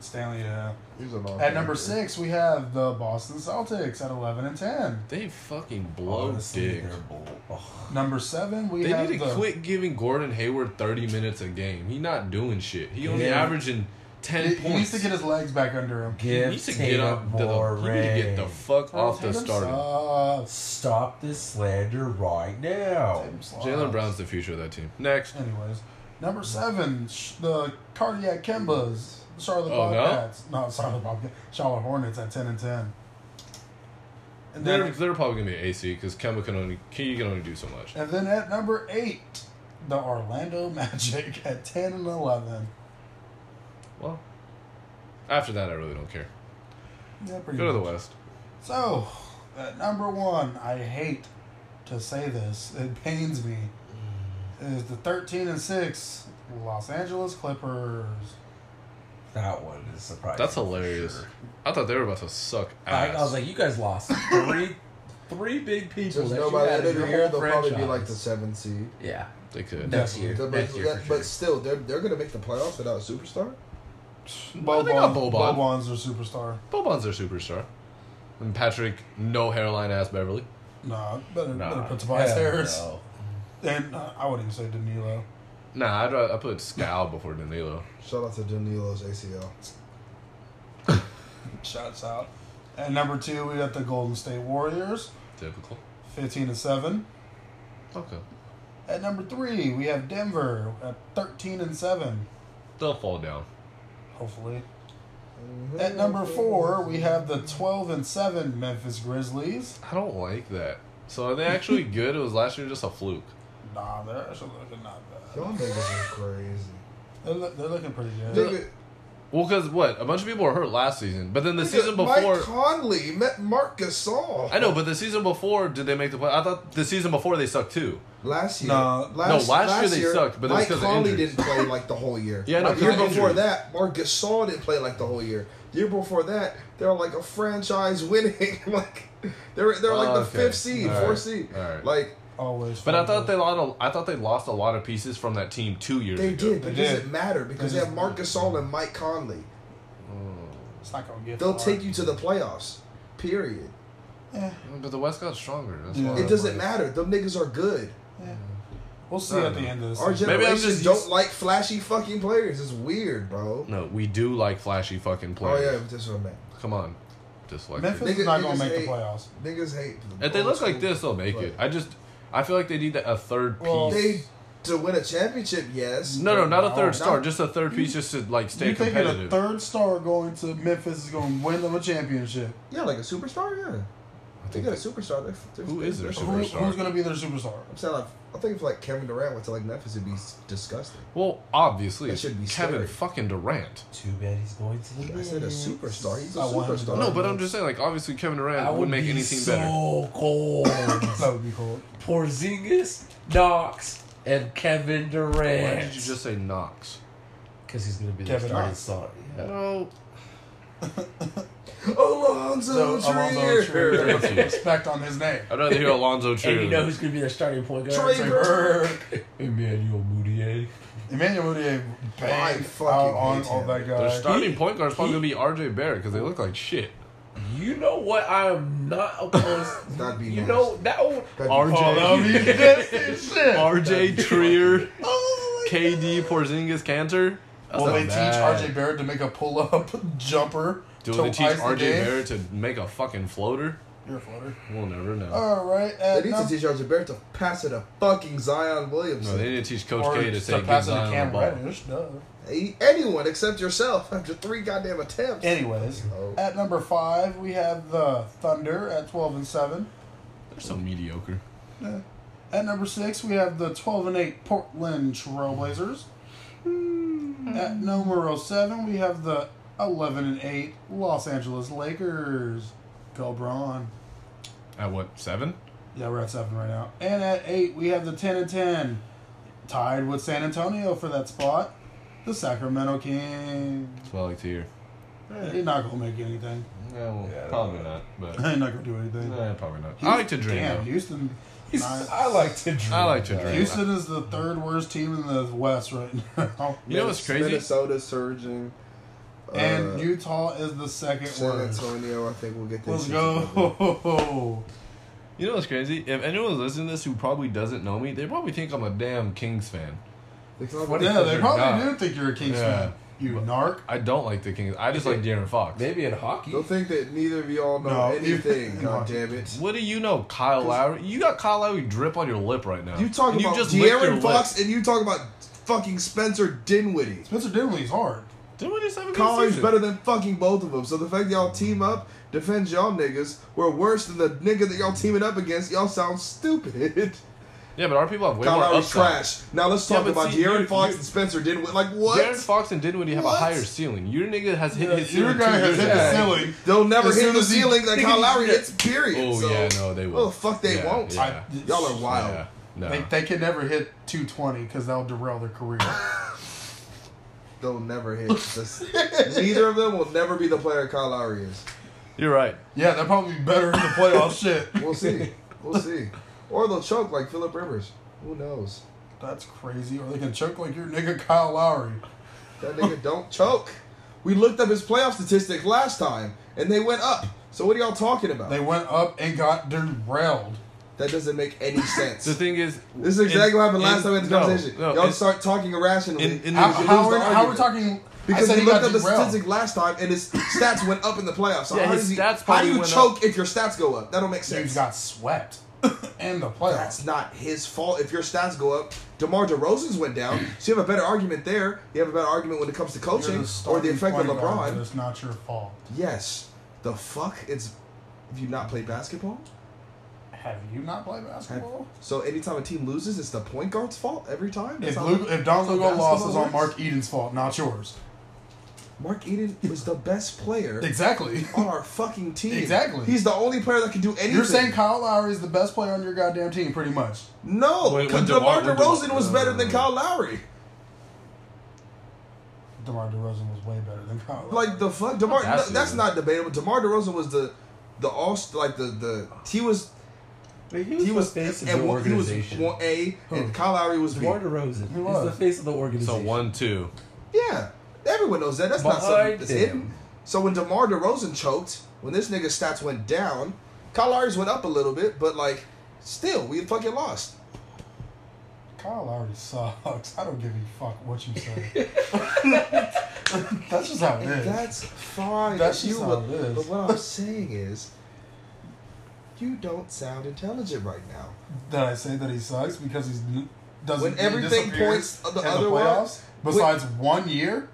Stanley, yeah. He's a long At number player. 6, we have the Boston Celtics at 11 and 10. they fucking blow Honestly, dick. they're bull- oh. Number 7, we They have need to the... quit giving Gordon Hayward thirty minutes a game. He not doing shit. He only Yeah. averaging ten He, he points. needs to get his legs back under him. He Give needs to get Tatum up. To more the, he need to get the reign. fuck off the Tatum starting. sucks. Stop this slander right now. Tatum sucks. Oh, Jalen Brown's the future of that team. Next, Anyways, number seven, sh- the Cardiac Kembas, Charlotte Oh, no? Bobcats. No, [laughs] Charlotte Bobcats. Charlotte Hornets at ten and ten. And they're then, they're probably gonna be AC because Kemba can only he can only do so much. and then at number eight, the Orlando [laughs] Magic at ten and eleven. Well, after that, I really don't care. Yeah, pretty Go to the much. West. So, at number one, I hate to say this. It pains me. Mm. Is the thirteen and six Los Angeles Clippers? That one is surprising. That's for hilarious. sure. I thought they were about to suck I, ass. I was like, you guys lost three, three big people. Just that know you by the had end in of the your year whole they'll probably be franchise. like the seventh seed. yeah they could. next year. But, Next year, for that- sure. but still, they're they're gonna make the playoffs without a superstar. No, they got Boban. Boban. Boban's their superstar. Boban's their superstar. And Patrick, no hairline ass Beverly. Nah, better better Nah. put Tobias Hell Harris. no. And uh, I wouldn't even say Danilo. Nah, I'd, ra- I put Scal before Danilo. Shout out to Danilo's ACL. Shouts out. At number two, we got the Golden State Warriors, Typical. fifteen and seven. Okay. At number three, we have Denver at thirteen and seven. They'll fall down. Hopefully. At number four, we have the twelve and seven Memphis Grizzlies. I don't like that. So are they actually [laughs] good? It was last year just a fluke. Nah, they're actually looking not bad. Y'all niggas is crazy. They're, loo- they're looking pretty good. Nigga, Well, because what? A bunch of people were hurt last season. But then the nigga, season Mike before. Conley met Mark Gasol. I know, but the season before, did they make the play? I thought the season before they sucked too. Last year, No. last, No, last year they sucked, but it was Mike 'cause of Conley injuries. didn't play like the whole year. Yeah, no, Like, 'cause the year of before injuries. that, Mark Gasol didn't play like the whole year. The year before that, they're like a franchise winning, [laughs] like they're they're like Oh, the okay. fifth seed, All fourth right. seed, All right. like Always. But I fun. thought they lost. A, I thought they lost a lot of pieces from that team two years they ago. did, but They it did. doesn't matter because They they, just- have Mark Gasol and Mike Conley. it's not gonna get. They'll far. take you to the playoffs. Period. Eh, But the West got stronger. That's Yeah. why. It doesn't matter. Them niggas are good. eh. We'll see at the end of this. Our season. I'm generation just don't used- like flashy fucking players. It's weird, bro. No, we do like flashy fucking Oh players. yeah, that's what I meant. Come on, just like Memphis Niggas- is not gonna niggas make hate- the playoffs. Niggas hate. the If they old look like school this, they'll make it. players. I just, I feel like they need a third piece. Well, they to win a championship, yes. no, no, not a third No. star, just a third piece, just to like stay you thinking a competitive. third star going to Memphis is going to win them a championship? Yeah, like a superstar. Yeah, I they think got a that- superstar. They're, they're, Who is their Who, they're- superstar? who's going to be their superstar? I'm saying like I think if like Kevin Durant went to like Memphis, it'd be s- disgusting. well, obviously, That it's should be Kevin scary. fucking Durant. Too bad he's going to the I said a Knicks. superstar. He's a I want him to superstar. No, but I'm just saying, like, obviously, Kevin Durant I wouldn't would make be anything so better. [laughs] cold. That would be cool. Porzingis, Knox, and Kevin Why did you Durant. just say Knox? Because he's gonna be the Kevin starting Knox. star. Yeah. No, Alonzo So, Alonzo Trier, Trier, respect on his name. I'd rather hear Alonzo [laughs] And you Trier. know who's gonna be their starting point guard? Trey Burke. Emmanuel Moutier. Emmanuel Mudiay I banged fucking out on hate all him. that Their guy. starting [laughs] He- point guard's probably he- gonna be R.J. Barrett because they look like [laughs] shit. You know what? I am not opposed. That'd be you nasty. know that would That'd be- [laughs] Oh, R.J. that'd be [laughs] nasty shit. R.J. Trier, KD, Porzingis, Cantor. That's Will not they teach bad. RJ Barrett to make a pull up [laughs] jumper? Do to they teach ice the RJ game? Barrett to make a fucking floater? You're a floater. We'll never know. All right. They At need to num- teach RJ Barrett to pass it to fucking Zion Williamson. no, they need to teach Coach or K to just say give pass it to Zion the Cam ball. Reddish. Duh. A- Anyone except yourself [laughs] after three goddamn attempts. Anyways, Oh. at number five, we have the Thunder at 12 and 7. They're so mediocre. At number six, we have the 12 and 8 Portland Trailblazers. At number seven, we have the 11 and 8 Los Angeles Lakers. Go Braun. At what seven? Yeah, we're at seven right now. And at eight, we have the 10 and 10, tied with San Antonio for that spot. The Sacramento Kings. That's what I like to hear. They're not gonna make anything. [laughs] Yeah, probably probably not. But They're not gonna do [laughs] anything. probably not. I like to dream. Damn, though. Houston. He's, Nice. I like to dream. I like to dream. Houston is the third worst team in the West right [laughs] now. You know what's crazy? Minnesota surging. And uh, Utah is the second San worst. Antonio, I think we'll get this. Let's season [laughs] [laughs] covered. go. You know what's crazy? If anyone's listening to this who probably doesn't know me, they probably think I'm a damn Kings fan. They can all- What Yeah, they You're probably not. do think you're a Kings Yeah. fan. You narc. I don't like the Kings. I just like De'Aaron Fox. Maybe in hockey. They'll think that neither of y'all know No, you- [laughs] no. anything. God damn it! What do you know, Kyle Lowry? You got Kyle Lowry drip on your lip right now. You talk And about licked your De'Aaron lip. Fox, and you talk about fucking Spencer Dinwiddie. Spencer Dinwiddie's hard. Dude, what is happening? Collins better than fucking both of them. So the fact that y'all team up, defend y'all niggas, we're worse than the nigga that y'all teaming up against. Y'all sound stupid. [laughs] Yeah, but our people have way Kyle more Lowry's upside. trash. Now let's Yeah, talk but about see, De'Aaron you- Fox you- and Spencer Dinwiddie. Like what? De'Aaron Fox and Dinwiddie have What? a higher ceiling. Your nigga has hit his Your ceiling. guy two years has hit ago. the ceiling. They'll never As hit soon the as he- ceiling that Kyle Lowry hits. Period. Oh So, yeah, no, they will. Well, fuck, they Yeah, won't. yeah. Y'all are wild. Yeah, no. They, they can never hit 220 because that'll derail their career. They'll never [laughs] hit. This. Neither of them will never be the player Kyle Lowry is. You're right. yeah, they'll probably be better in the playoff [laughs] shit. [laughs] We'll see. We'll see. Or they'll choke like Philip Rivers. Who knows? That's crazy. Or they can choke like your nigga Kyle Lowry. That nigga don't choke. We looked up his playoff statistics last time, and they went up. So what are y'all talking about? They went up and got derailed. that doesn't make any sense. The thing is, this is exactly in- what happened last in- time we had this no, conversation. no, y'all in- start talking irrationally. in- in- and How, you lose how, the are, how argument. we're talking? Because I said we he looked got up the derailed. statistic last time, and his stats went up in the playoffs. So Yeah, how, his does he, stats how probably do you went choke if your stats go up? That don't make sense. Dudes got swept in the playoffs. That's not his fault if your stats go up. DeMar DeRozan's went down, so you have a better argument there. You have a better argument when it comes to You're coaching or the starting effect of point guard, LeBron. but It's not your fault. Yes. The fuck? It's have you not played basketball? Have you not played basketball? So anytime a team loses, it's the point guard's fault every time. That's If, how- Luke, if Don that's how Lugo lost, basketball it's on works. Mark Eden's fault, not yours. Mark Eden was the best player [laughs] Exactly. on our fucking team. Exactly. He's the only player that can do anything. You're saying Kyle Lowry is the best player on your goddamn team, pretty much. no? When- Because when DeMar DeMar- when DeRozan was better than Kyle Lowry. DeMar DeRozan was way better than Kyle. Lowry. Like the fuck, Demar. That's That's, that's it. not debatable. Demar Derozan was the the all like the the he was he was, he was the face of at the one- he was organization. one A Who? and Kyle Lowry was B. DeMar DeRozan He is the was. face of the organization. So one, two. Yeah, everyone knows that. That's not something Behind that's him. hidden. So when DeMar DeRozan choked, when this nigga's stats went down, Kyle Lowry's went up a little bit, but like still we fucking lost. Kyle Lowry sucks. I don't give a fuck what you [laughs] say. [laughs] That's just how it And is. that's fine. That's if just how would- it is. But [laughs] what I'm saying is, you don't sound intelligent right now. That I say that he sucks because he's n- doesn't. When everything disappears points the in other way- playoffs. Besides one year,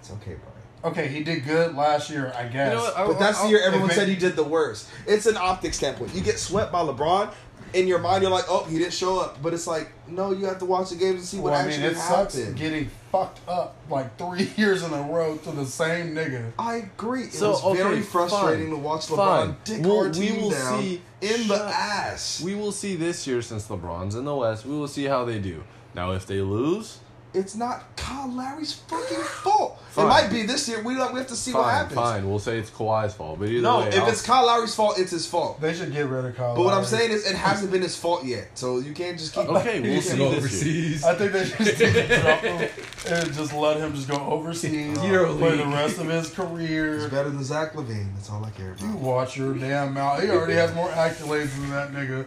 It's okay, Brian. okay, he did good last year, I guess. You know what? I- But that's the oh, year everyone If it- said he did the worst. It's an optics standpoint. You get swept by LeBron. In your mind, you're like, "Oh, he didn't show up," but it's like, no, you have to watch the games and see what well, I actually mean, it happened. sucks getting fucked up like three [laughs] years in a row to the same nigga. I agree. It So, was okay, very frustrating fine. to watch LeBron Fine. dick Well, our we team will down see. in the Shut- ass. We will see this year since LeBron's in the West. We will see how they do. Now, if they lose, It's not Kyle Lowry's fucking fault. It Fine. might be this year. We don't, we have to see what fine, happens. fine. We'll say it's Kawhi's fault. But either No, way, if I'll- it's Kyle Lowry's fault, it's his fault. They should get rid of Kyle. But what I'm Lowry. saying is, it hasn't been his fault yet. So [laughs] you can't just keep. okay, we'll see this year. overseas. I think they should just drop him and just let him just go overseas, Euro play the League. rest of his He's career. better than Zach Levine. That's all I care You about. watch your damn mouth. He already has more accolades than that nigga.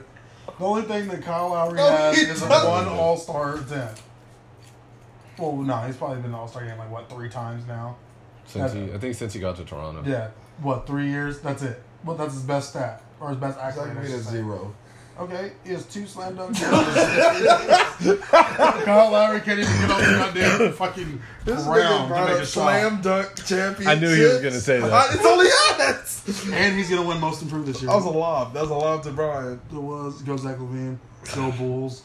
The only thing that Kyle Lowry No, has he is a doesn't. one All Star attempt. Well, no, he's probably been All Star game like what three times now. Since he, I think since he got to Toronto. Yeah, what three years? That's it. Well, that's his best stat or his best Zach accolade. I Levine should is say. zero. Okay, he has two slam dunk [laughs] goals. Kyle Lowry can't even get off the goddamn fucking ground to make a shot. dunk championship. I knew he was gonna say that. [laughs] It's only us. And he's gonna win most improved this year. That was a lob. That was a lob to Brian. There was go Zach Levine, go Bulls.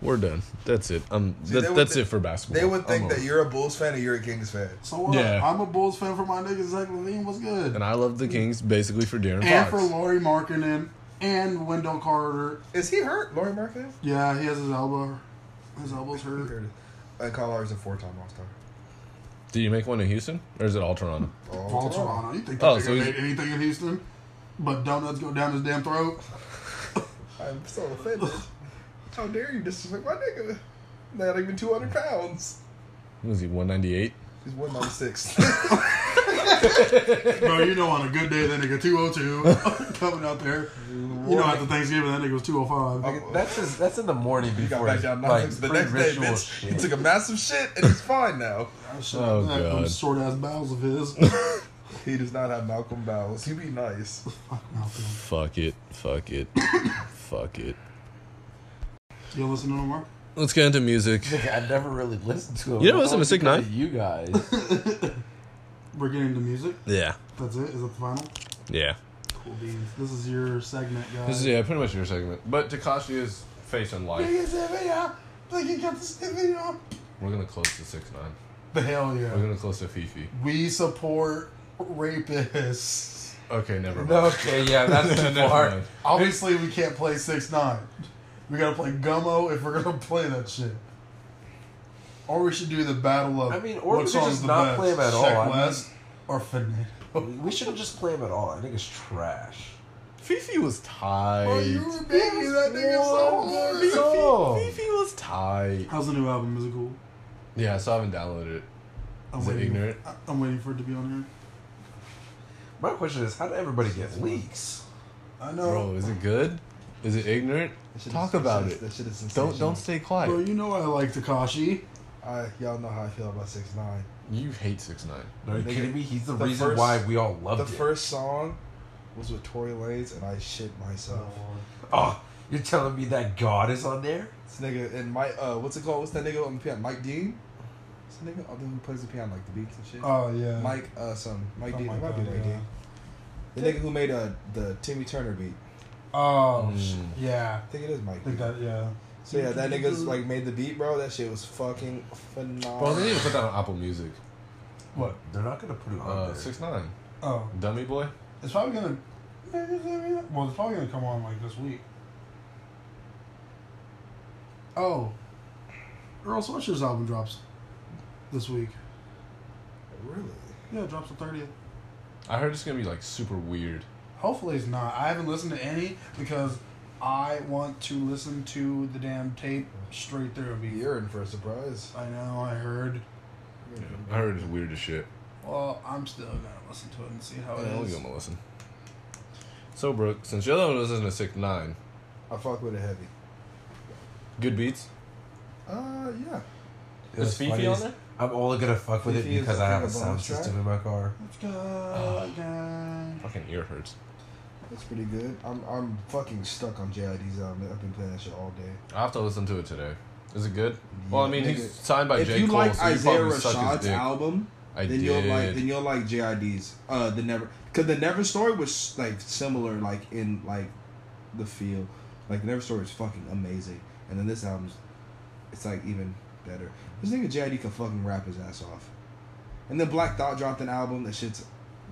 We're done. That's it. Um, they that, would that's thi- it for basketball. They would think I'm that over. you're a Bulls fan and you're a Kings fan. So what? Yeah. I'm a Bulls fan for my niggas. Zach Levine was good, and, And I love the Kings basically for Darren Fox. for Laurie Markkinen and Wendell Carter. Is he hurt? Laurie Marketing? Yeah, he has his elbow. His elbow's hurt. And Kyle Lowry's a four-time All-Star. Did you make one in Houston or is it all Toronto? All Toronto. You think that Oh, nigga so he's- made anything in Houston? But donuts go down his damn [laughs] throat. I'm so offended. How dare you disrespect my nigga? Not even 200 pounds. What is he 198? He's 196. [laughs] Bro, you know, on a good day, that nigga 202 [laughs] coming out there. You know, after Thanksgiving, that nigga was 205. That's just, that's in the morning He got before. back down like, the next day, pre-ritual bitch. [laughs] He shit. took a massive shit and he's fine now. Oh, God. short ass bowels of his. [laughs] He does not have Malcolm Bowles. He'd be nice. Malcolm. Fuck it. Fuck it. [coughs] Fuck it. You listen to him, Mark? Let's get into music. I never really listened to him. You never listened to Only because Sick Nine? of You guys. We're getting into music. Yeah. That's it. Is that the final? Yeah. Applebee's. This is your segment, guys. This is yeah, pretty much your segment. But Takashi is face in life. We're gonna close to six nine. But hell We're yeah. gonna close to Fifi. We support rapists. Okay, never mind. Okay, yeah, [laughs] that's too Never far. mind. Obviously, we can't play six nine. We gotta play Gummo if we're gonna [laughs] play that shit. Or we should do the battle of. I mean, or what we could song's just the not best, play 'em at all. Check I mean- West or Finito. We shouldn't just play him at all. I think it's trash. Fifi was tight. Oh, baby, that nigga's Fifi, Fifi was tight. How's the new album? Is it cool? Yeah, so I haven't downloaded it. I'm Is it waiting, ignorant? I- I'm waiting for it to be on My question is, how did everybody get leaks? here. I Oh. know. Bro, is it good? Is it ignorant? Talk about it. That shit is sensational. Don't don't stay quiet. Bro, you know I like Takashi. I, y'all know how I feel about six nine. you hate six nine. Are you Nigga, kidding me? He's the, the reason first- why we all loved The it. first song was with Tory Lanez, and I shit myself. oh, you're telling me that God is on there? This nigga and Mike, uh, what's it called? What's that nigga on the piano? Mike Dean. This nigga, oh, the one who plays the piano, like the beats and shit. Oh yeah. Mike, uh, some Mike Oh Dean. my It might be God, Mike yeah. Dean. The nigga who made uh the Timmy Turner beat. Oh Mm. sh yeah. I think it is Mike. I think Dean. that yeah. So yeah, that nigga's like made the beat, bro. That shit was fucking Oh. Bro, they need phenomenal. to put that on Apple Music. What? They're not gonna put it on Uh, there. six nine. Oh, Dummy boy. it's probably gonna. Well, it's probably gonna come on like this week. Oh, Earl Sweatshirt album drops this week. Really? Yeah, it drops the thirtieth. I heard it's gonna be like super weird. Hopefully it's not. I haven't listened to any because I want to listen to the damn tape straight through. Be- You're in for a surprise. I know. I heard. I heard it's weird as shit. Well, I'm still gonna listen to it and see how Oh, Yeah, I'll it give is. him a listen. So Brooke, since you're the other one was in a six nine, I fuck with it heavy. good beats. Uh, yeah. It was Is Fifi funny on as- there? I'm only gonna fuck with Fifi it is because the I have a king of sound bonus track? system in my car. Let's go, [laughs] guys. Fucking ear hurts. That's pretty good. I'm I'm fucking stuck on JID's album. I've been playing that shit all day. I have to listen to it today. Is it good? Well, I mean, Yeah, he's nigga. signed by if J you Cole, like so you Isaiah probably suck his Rashad's dick. album, I then did. you'll like then you'll like JID's. Uh, the never because the never story was like similar, like in like the feel. Like the never story is fucking amazing, and then this album's it's like even better. This nigga JID can fucking rap his ass off, and then Black Thought dropped an album that shit's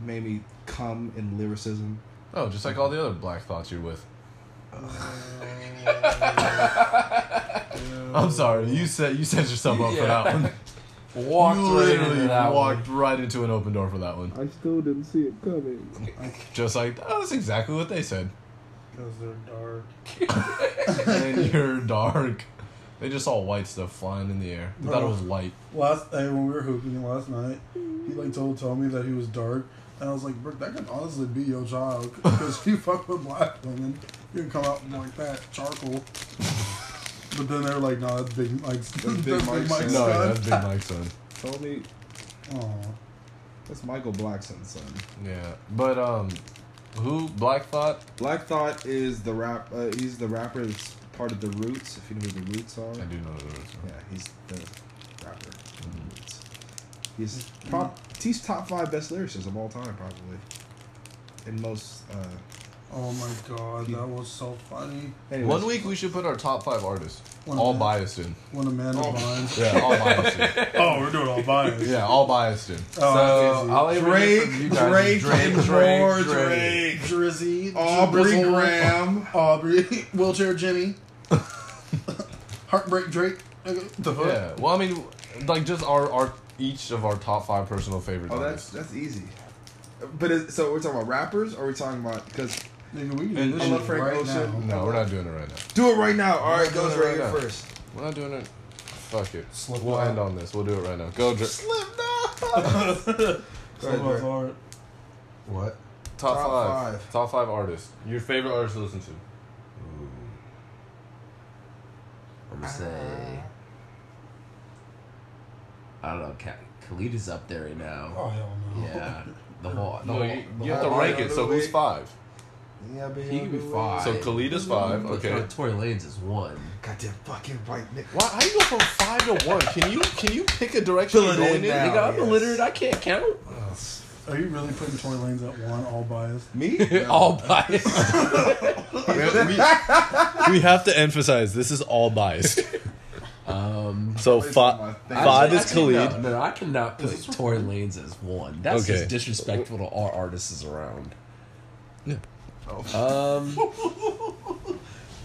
made me come in lyricism. oh, just like all the other Black Thoughts you're [laughs] with. I'm sorry. You set you set yourself up for that [laughs] one. Walked you right literally into that one. walked right into an open door for that one. I still didn't see it coming. Just like oh, that's exactly what they [laughs] said. Because they're dark. And [laughs] you're dark. They just saw white stuff flying in the air. They thought it was light. Last hey, when we were hooping last night, he like told told me that he was dark, and I was like, "Bro, that could honestly be your child because you fuck with black women, you can come out like that charcoal." But then they were like, "No, that's big Mike's [laughs] that's Big big Mike's son." Mike's No, yeah, that's Big Mike's [laughs] son. Told me [laughs] Aw. that's Michael Blackson's son. Yeah, but um, who Black Thought? Black Thought is the rap. Uh, he's the rapper. that's part of the Roots. If you know who the Roots are. I do know the original. Yeah, he's the rapper. He's top. He's top five best lyricists of all time, probably. In most. Uh, Oh my god, that was so funny. anyways, One week we should put our top five artists. One all minute. biased in. When a man is [laughs] Oh. blind. Yeah, all biased in. Oh, we're doing [laughs] all bias. Yeah, all biased in. Oh, that's so easy. all I ever hear from you guys is Drake, Drake, Drake. Drizzy, Aubrey Drizzle, Graham. [laughs] Aubrey, wheelchair Jimmy, [laughs] heartbreak Drake. nigga, The fuck? Yeah. Well, I mean, like just our our each of our top five personal favorite Oh, that's artists. that's easy. But is, so we're talking about rappers, or we are talking about because Nigga, we can And do this this is shit Frank right Ocean. now. no, we're not doing it right now. do it right now. All right, not goes doing it right right here now. first. We're not doing it. Fuck it. Slip we'll knot. end on this. We'll do it right now. Go, Drake. Go ahead, Dre. What? Top, Top five. five. Top five artists. Your favorite artist to listen to. I'm gonna say. I don't know. Ka- Khalid is up there right Oh now. hell no. Yeah, the whole. The No, whole you, the you have to whole rank audio it. So movie. who's five? Yeah, baby. he could be five. So Khalid is five. But Okay. Tor- Tory Lanez is one. Goddamn fucking right, Nick. Why? How you go from five to one? Can you can you pick a direction Fill [laughs] you're it going in in? now. Nigga, I'm yes. illiterate. I can't count. Are you really putting Tory Lanez at one all [laughs] biased? Me? [laughs] All biased. we have to emphasize this is all [laughs] biased. Um, So my Fa- thing. Fod is actually, Khalid. No, no, I cannot put Tory Lanez as one. That's Okay. just disrespectful to all artists around. Yeah. [laughs] Um.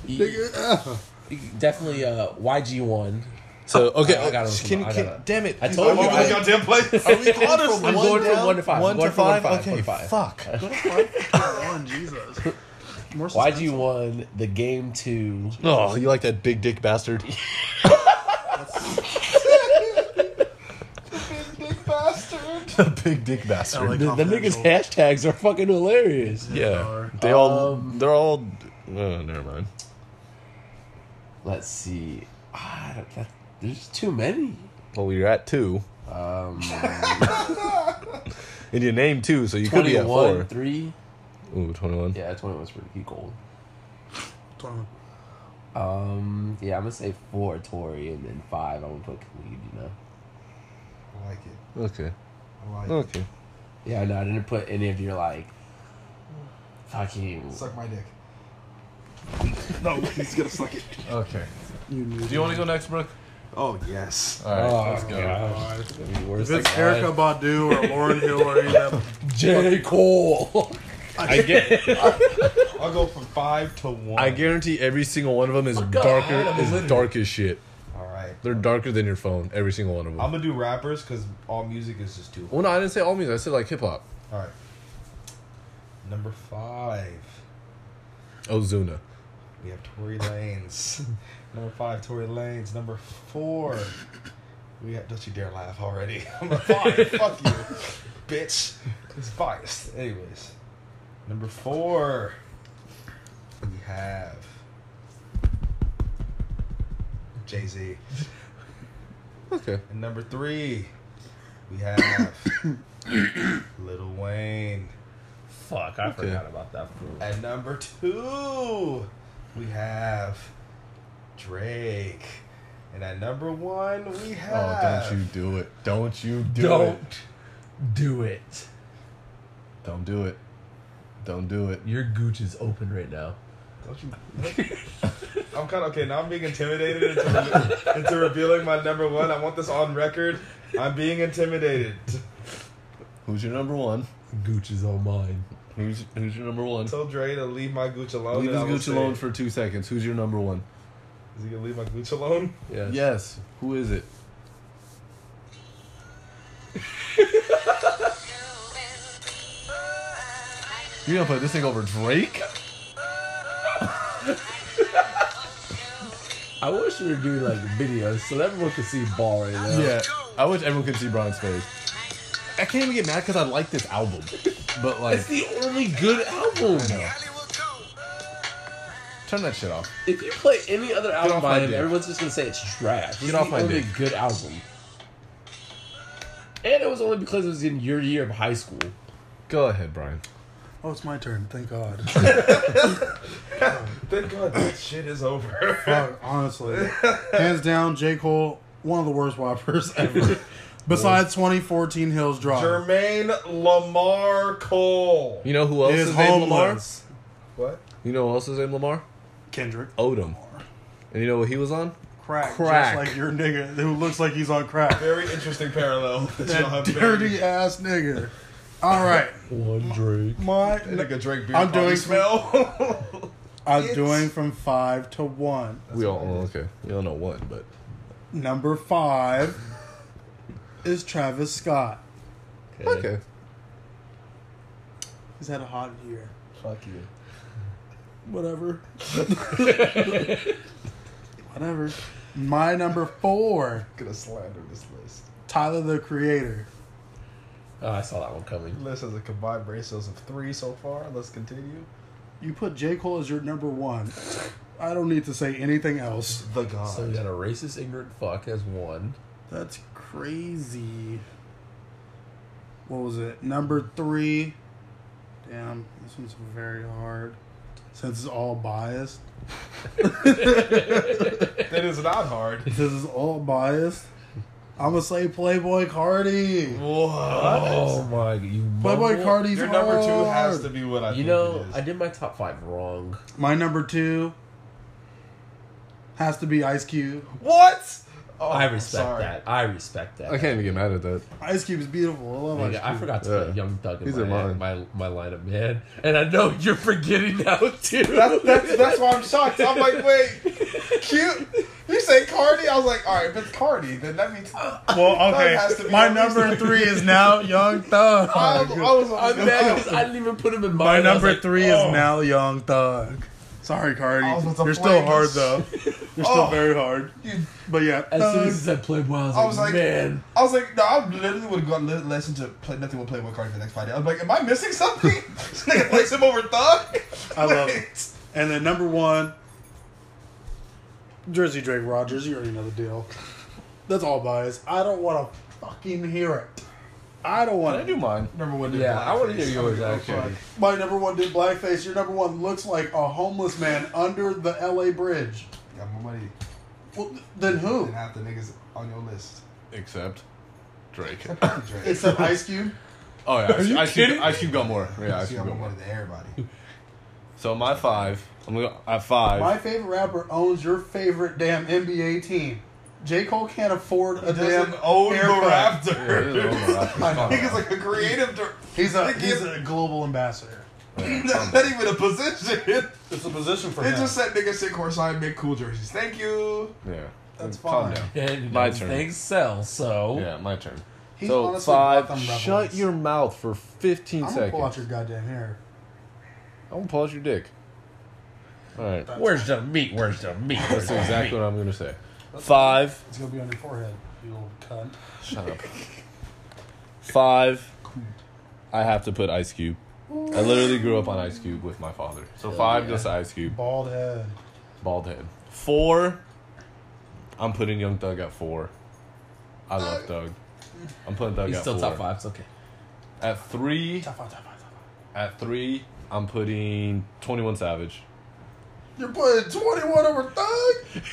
you- you definitely uh, YG one. So okay, Oh, I- I got him. can, I got can- him. damn it! I told you. I, [laughs] Goddamn place. Are [laughs] we honest? I'm going from one to five. One I'm going to from five. one to five, okay, one to five. [laughs] fuck. one, Jesus. More YG one, the game two. Oh, you like that big dick [laughs] bastard? the [laughs] big dick bastard. Like The, the niggas hashtags are fucking hilarious. yeah, they all. Um, They're all. Oh, never mind. Let's see. Ah, that- that- there's too many. Well, we are at two, [laughs] Um, and you named two, so you could be at 21, four. 3. Ooh, 21. Yeah, 21 was pretty cool. Tory- Um, yeah, I'm gonna say four Tory and then five. I'm gonna put Khalid. You know. I like it. Okay. I like it. Okay. Yeah, no, I didn't put any of your like fucking. Suck my dick. No, he's gonna suck it. Okay. Do you want to go next, Brooke? Oh, yes. All right, Oh, let's go. gosh, it's gonna be worse If it's than Erica mine. Badu or Lauren Hill or any of them, [laughs] J Cole. I get. I'll go from five to one. I guarantee every single one of them is God, darker. I'm Is literally- dark as shit. All right. They're darker than your phone. Every single one of them. I'm gonna do rappers because all music is just too. well, no, I didn't say all music. I said like hip hop. All right. Number five, Ozuna. we have Tory Lanez. Number five, Tory Lanez. Number four, we have. Don't you dare laugh already. [laughs] Number five, fuck you, bitch. It's biased. Anyways, number four, we have Jay Z. Okay. And number three, we have [coughs] Little Wayne. Fuck, I forgot about that. At number two, we have Drake. And at number one, we have. Oh, don't you do it. Don't you do Don't it. do it. Don't do it. Don't do it. Your gooch is open right now. [laughs] Don't you. [laughs] I'm kind of okay. Now I'm being intimidated into, into revealing my number one. I want this on record. I'm being intimidated. Who's your number one? Gooch is all mine. Who's who's your number one? Tell Dre to leave my gooch alone. Leave his and I will Gucci say- alone for two seconds. Who's your number one? Is he gonna leave my gooch alone? [laughs] Yeah. Yes. Who is it? You're gonna play this thing over Drake? I wish we were doing like videos so that everyone could see ball right now. Yeah. I wish everyone could see Brian's face. I can't even get mad because I like this album. But like It's the only good album. turn that shit off. If you play any other album off by my him, dick. everyone's just gonna say it's trash. This Get is off the my only dick. good album. And it was only because it was in your year of high school. Go ahead, Brian. oh, it's my turn. Thank God. [laughs] Thank God that shit is over. Fuck, honestly, hands down, J Cole, one of the [laughs] worst whoppers ever. Besides 2014 Hills Drive, Jermaine Lamar Cole. You know who else His is, named Lamar? homeless. What? You know who else is named Lamar? Kendrick, Odom. And you know what he was on? crack, Crack. just like your nigga who looks like he's on [laughs] crack. Very interesting parallel [laughs] that, y'all That have. [laughs] dirty ass nigga. All right, One Drake. my That nigga Drake beer I'm probably doing- [laughs] smell. I'm doing from five to one. we all well, okay. You don't know what, but Number five is Travis Scott. okay. He's had a hot year. Fuck you. Whatever. Whatever. My number four, Gonna slander this list. Tyler the Creator. Oh, I saw that one coming. List has a combined ratios of three so far. Let's continue. You put J. Cole as your number one. I don't need to say anything else. The God. So we got a racist, ignorant fuck as one. That's crazy. What was it? Number three. Damn, this one's very hard. Since it's all biased. [laughs] that is not hard. Since it's all biased, I'm gonna say Playboy Cardi. Oh my! You Playboy mumble. Cardi's Your number two hard. has to be what I You think know, it I is. did my top five wrong. My number two has to be Ice Cube. What? Oh, I I'm respect sorry. that. I respect that. I can't even get mad at that. Ice Cube is beautiful. I love Ice Nigga, Cube. I forgot to Yeah. put Young Thug in He's my, in mine. my my lineup, man. And I know [laughs] you're forgetting now too. That's, that's, that's why I'm shocked. I'm like, wait, cute. You say Cardi? I was like, all right, if it's Cardi, then that means. Well, Thug has to okay. be My on this number three is [laughs] now Young Thug. [laughs] I was, I was [laughs] oh, I'm on mad because I didn't even put him in My mine. I was number like, three oh. is now Young Thug. Sorry, Cardi. I was about to You're play still hard this. [laughs] though. You're still Oh. very hard. [laughs] You- But yeah, As soon Thug. as he said Playboy, I was, I was like, like, man. I was like, no, I literally would have gone li- listen to play, nothing would play with Cardi for the next five days. I was like, am I missing something? this nigga plays him over Thug. I love it. And then number one, Jersey Drake Rogers. You already know the deal. That's all bias. I don't want to fucking hear it. I don't want to. mine? Remember when? Yeah, I want to hear yours Oh, Okay. actually. My number one did blackface. Your number one looks like a homeless man under the L.A. bridge. Got my money. Well, th- then who? And half the niggas on your list. Except Drake. Drake. Except Ice Cube. Oh yeah, I see. you I see, kidding? I see got more. Yeah, I see See, I'm got more. one to everybody. So my five. I'm gonna at five. My favorite rapper owns your favorite damn NBA team. J. Cole can't afford a damn Doesn't own haircut. [laughs] the Yeah, it Raptor. is over, [laughs] Raptor. Nigga's [laughs] like a creative. dir- [laughs] He's a Nigga, he's a global ambassador. That's not even a position. It's a position for It just said niggas sit courtside and make cool jerseys. Thank you. Yeah. That's Calm fine. down. And you My know, turn. Things sell, so Yeah, my turn. He's so honestly five. bought them Rebels. Shut your mouth for 15 I'm gonna seconds. pull out your goddamn hair. I'm gonna pause your dick. All right. where's the meat? Where's the meat? That's Where's the exactly meat? what I'm gonna say. Five. It's gonna be on your forehead, you little cunt. Shut up. Five. I have to put Ice Cube. I literally grew up on Ice Cube with my father. So five just Ice Cube. Bald head. Bald head. Four. I'm putting Young Thug at four. I love Thug. I'm putting Thug He's at still four. top five. It's okay. At three. Top five, top five, top five. At three. I'm putting 21 Savage. You're putting 21 over Thug?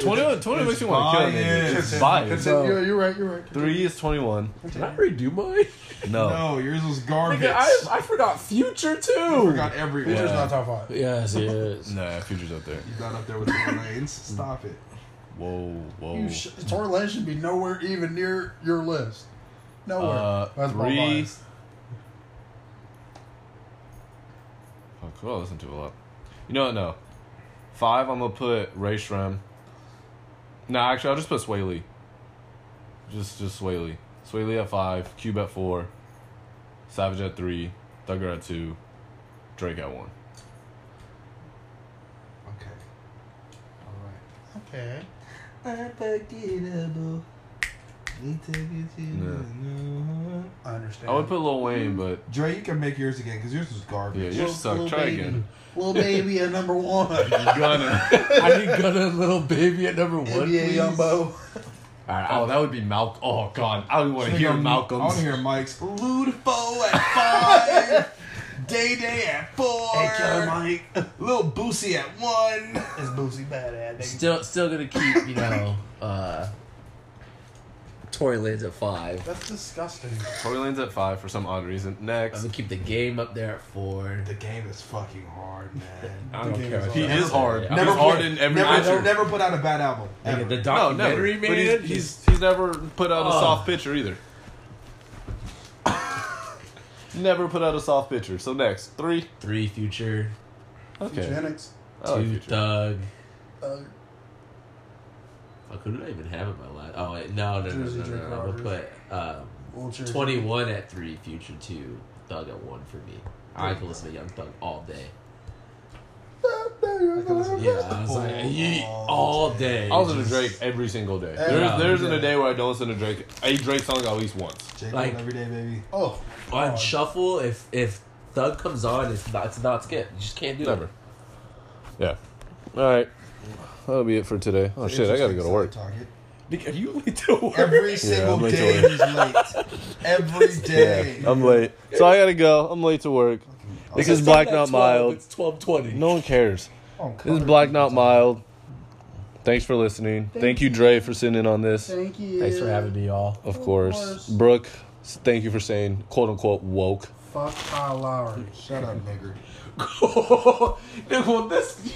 21, 21 makes you want to kill a nigga. It's biased. So, you're, you're right, you're right. Three is 21. Did I redo mine? No. No, yours was garbage. Nigga, I, I forgot Future too. Got every Future's Yeah. not top five. Yes, yes. Nah, Future's up there. You got up there with the lanes. Stop it. Whoa, whoa. You sh- Tory Lanez should be nowhere even near your list. Nowhere. Uh, That's bald three. bias. Fuck, who Oh, I listen to a lot. You know what? No. Five, I'm going to put Ray Shrem. Nah, actually, I'll just put Sway Lee. Just, just Sway Lee. Sway Lee at five, Cube at four, Savage at three, Thugger at two, Drake at one. Okay. All right. Okay. Unforgettable. We take it to Yeah. new- I understand. I would put Lil Wayne, but Dre, you can make yours again because yours was yeah, garbage. you suck. Try baby. [laughs] again. Little baby at number one. Gunner. I need Gunna and Little Baby at number one. NBA please. Yumbo. Alright, oh, that would be Malcolm. Oh, God. I would want to hear I want to Malcolm's. hear Mike's Ludifo at five, Day Day at four, Hey, Killer Mike. [laughs] Lil Boosie at one. It's Boosie Badass. nigga. Still, still gonna keep you know. uh Tory Lanez at five. That's disgusting. Tory Lane's at five for some odd reason. I'm Next. gonna keep the game up there at four. The game is fucking hard, man. [laughs] I don't care. He about is that. hard. I'm Never just- put- hard in every never, picture. never put out a bad album. Nigga, ever. the No, never. documentary But man. Oh. he's, he's he's never put out a Ugh. soft picture either. never put out a soft picture. So next three. three future, Okay. Eugenics. I like two Future. thug. Uh, Uh, Fuck, who did I even have in my last? Oh wait, no, no, no, Jersey no, no. Drake no. I'm gonna Rogers. put um, Old Jersey. twenty-one at three, future two, thug at one for me. I can listen to Young Thug all day. Yeah, I was like, he- all day. I listen to Drake every single day. There's there isn't a day where I don't listen to Drake a Drake song at least once. J. Cole like- every day, baby. Oh, on shuffle if if thug comes on it's not it's not skip you just can't do Never. it Yeah. All right. That'll be it for today. Oh shit! I gotta go to work. Target. Nick, are you [laughs] late to work Every I'm single late to day work. he's late. Every day. I'm late, so I gotta go. I'm late to work. This is It's Black not Not 12, Mild. it's 1220 No one cares. Oh, This is Black Not Mild. Thanks for listening. Thank, you, Dre, for sitting in on this. Thank you. Thanks for having me, [laughs] y'all. Of course. course. Brooke, s- thank you for saying quote unquote woke. Fuck Kyle Lowry. Shut up, nigger. Nick, well, this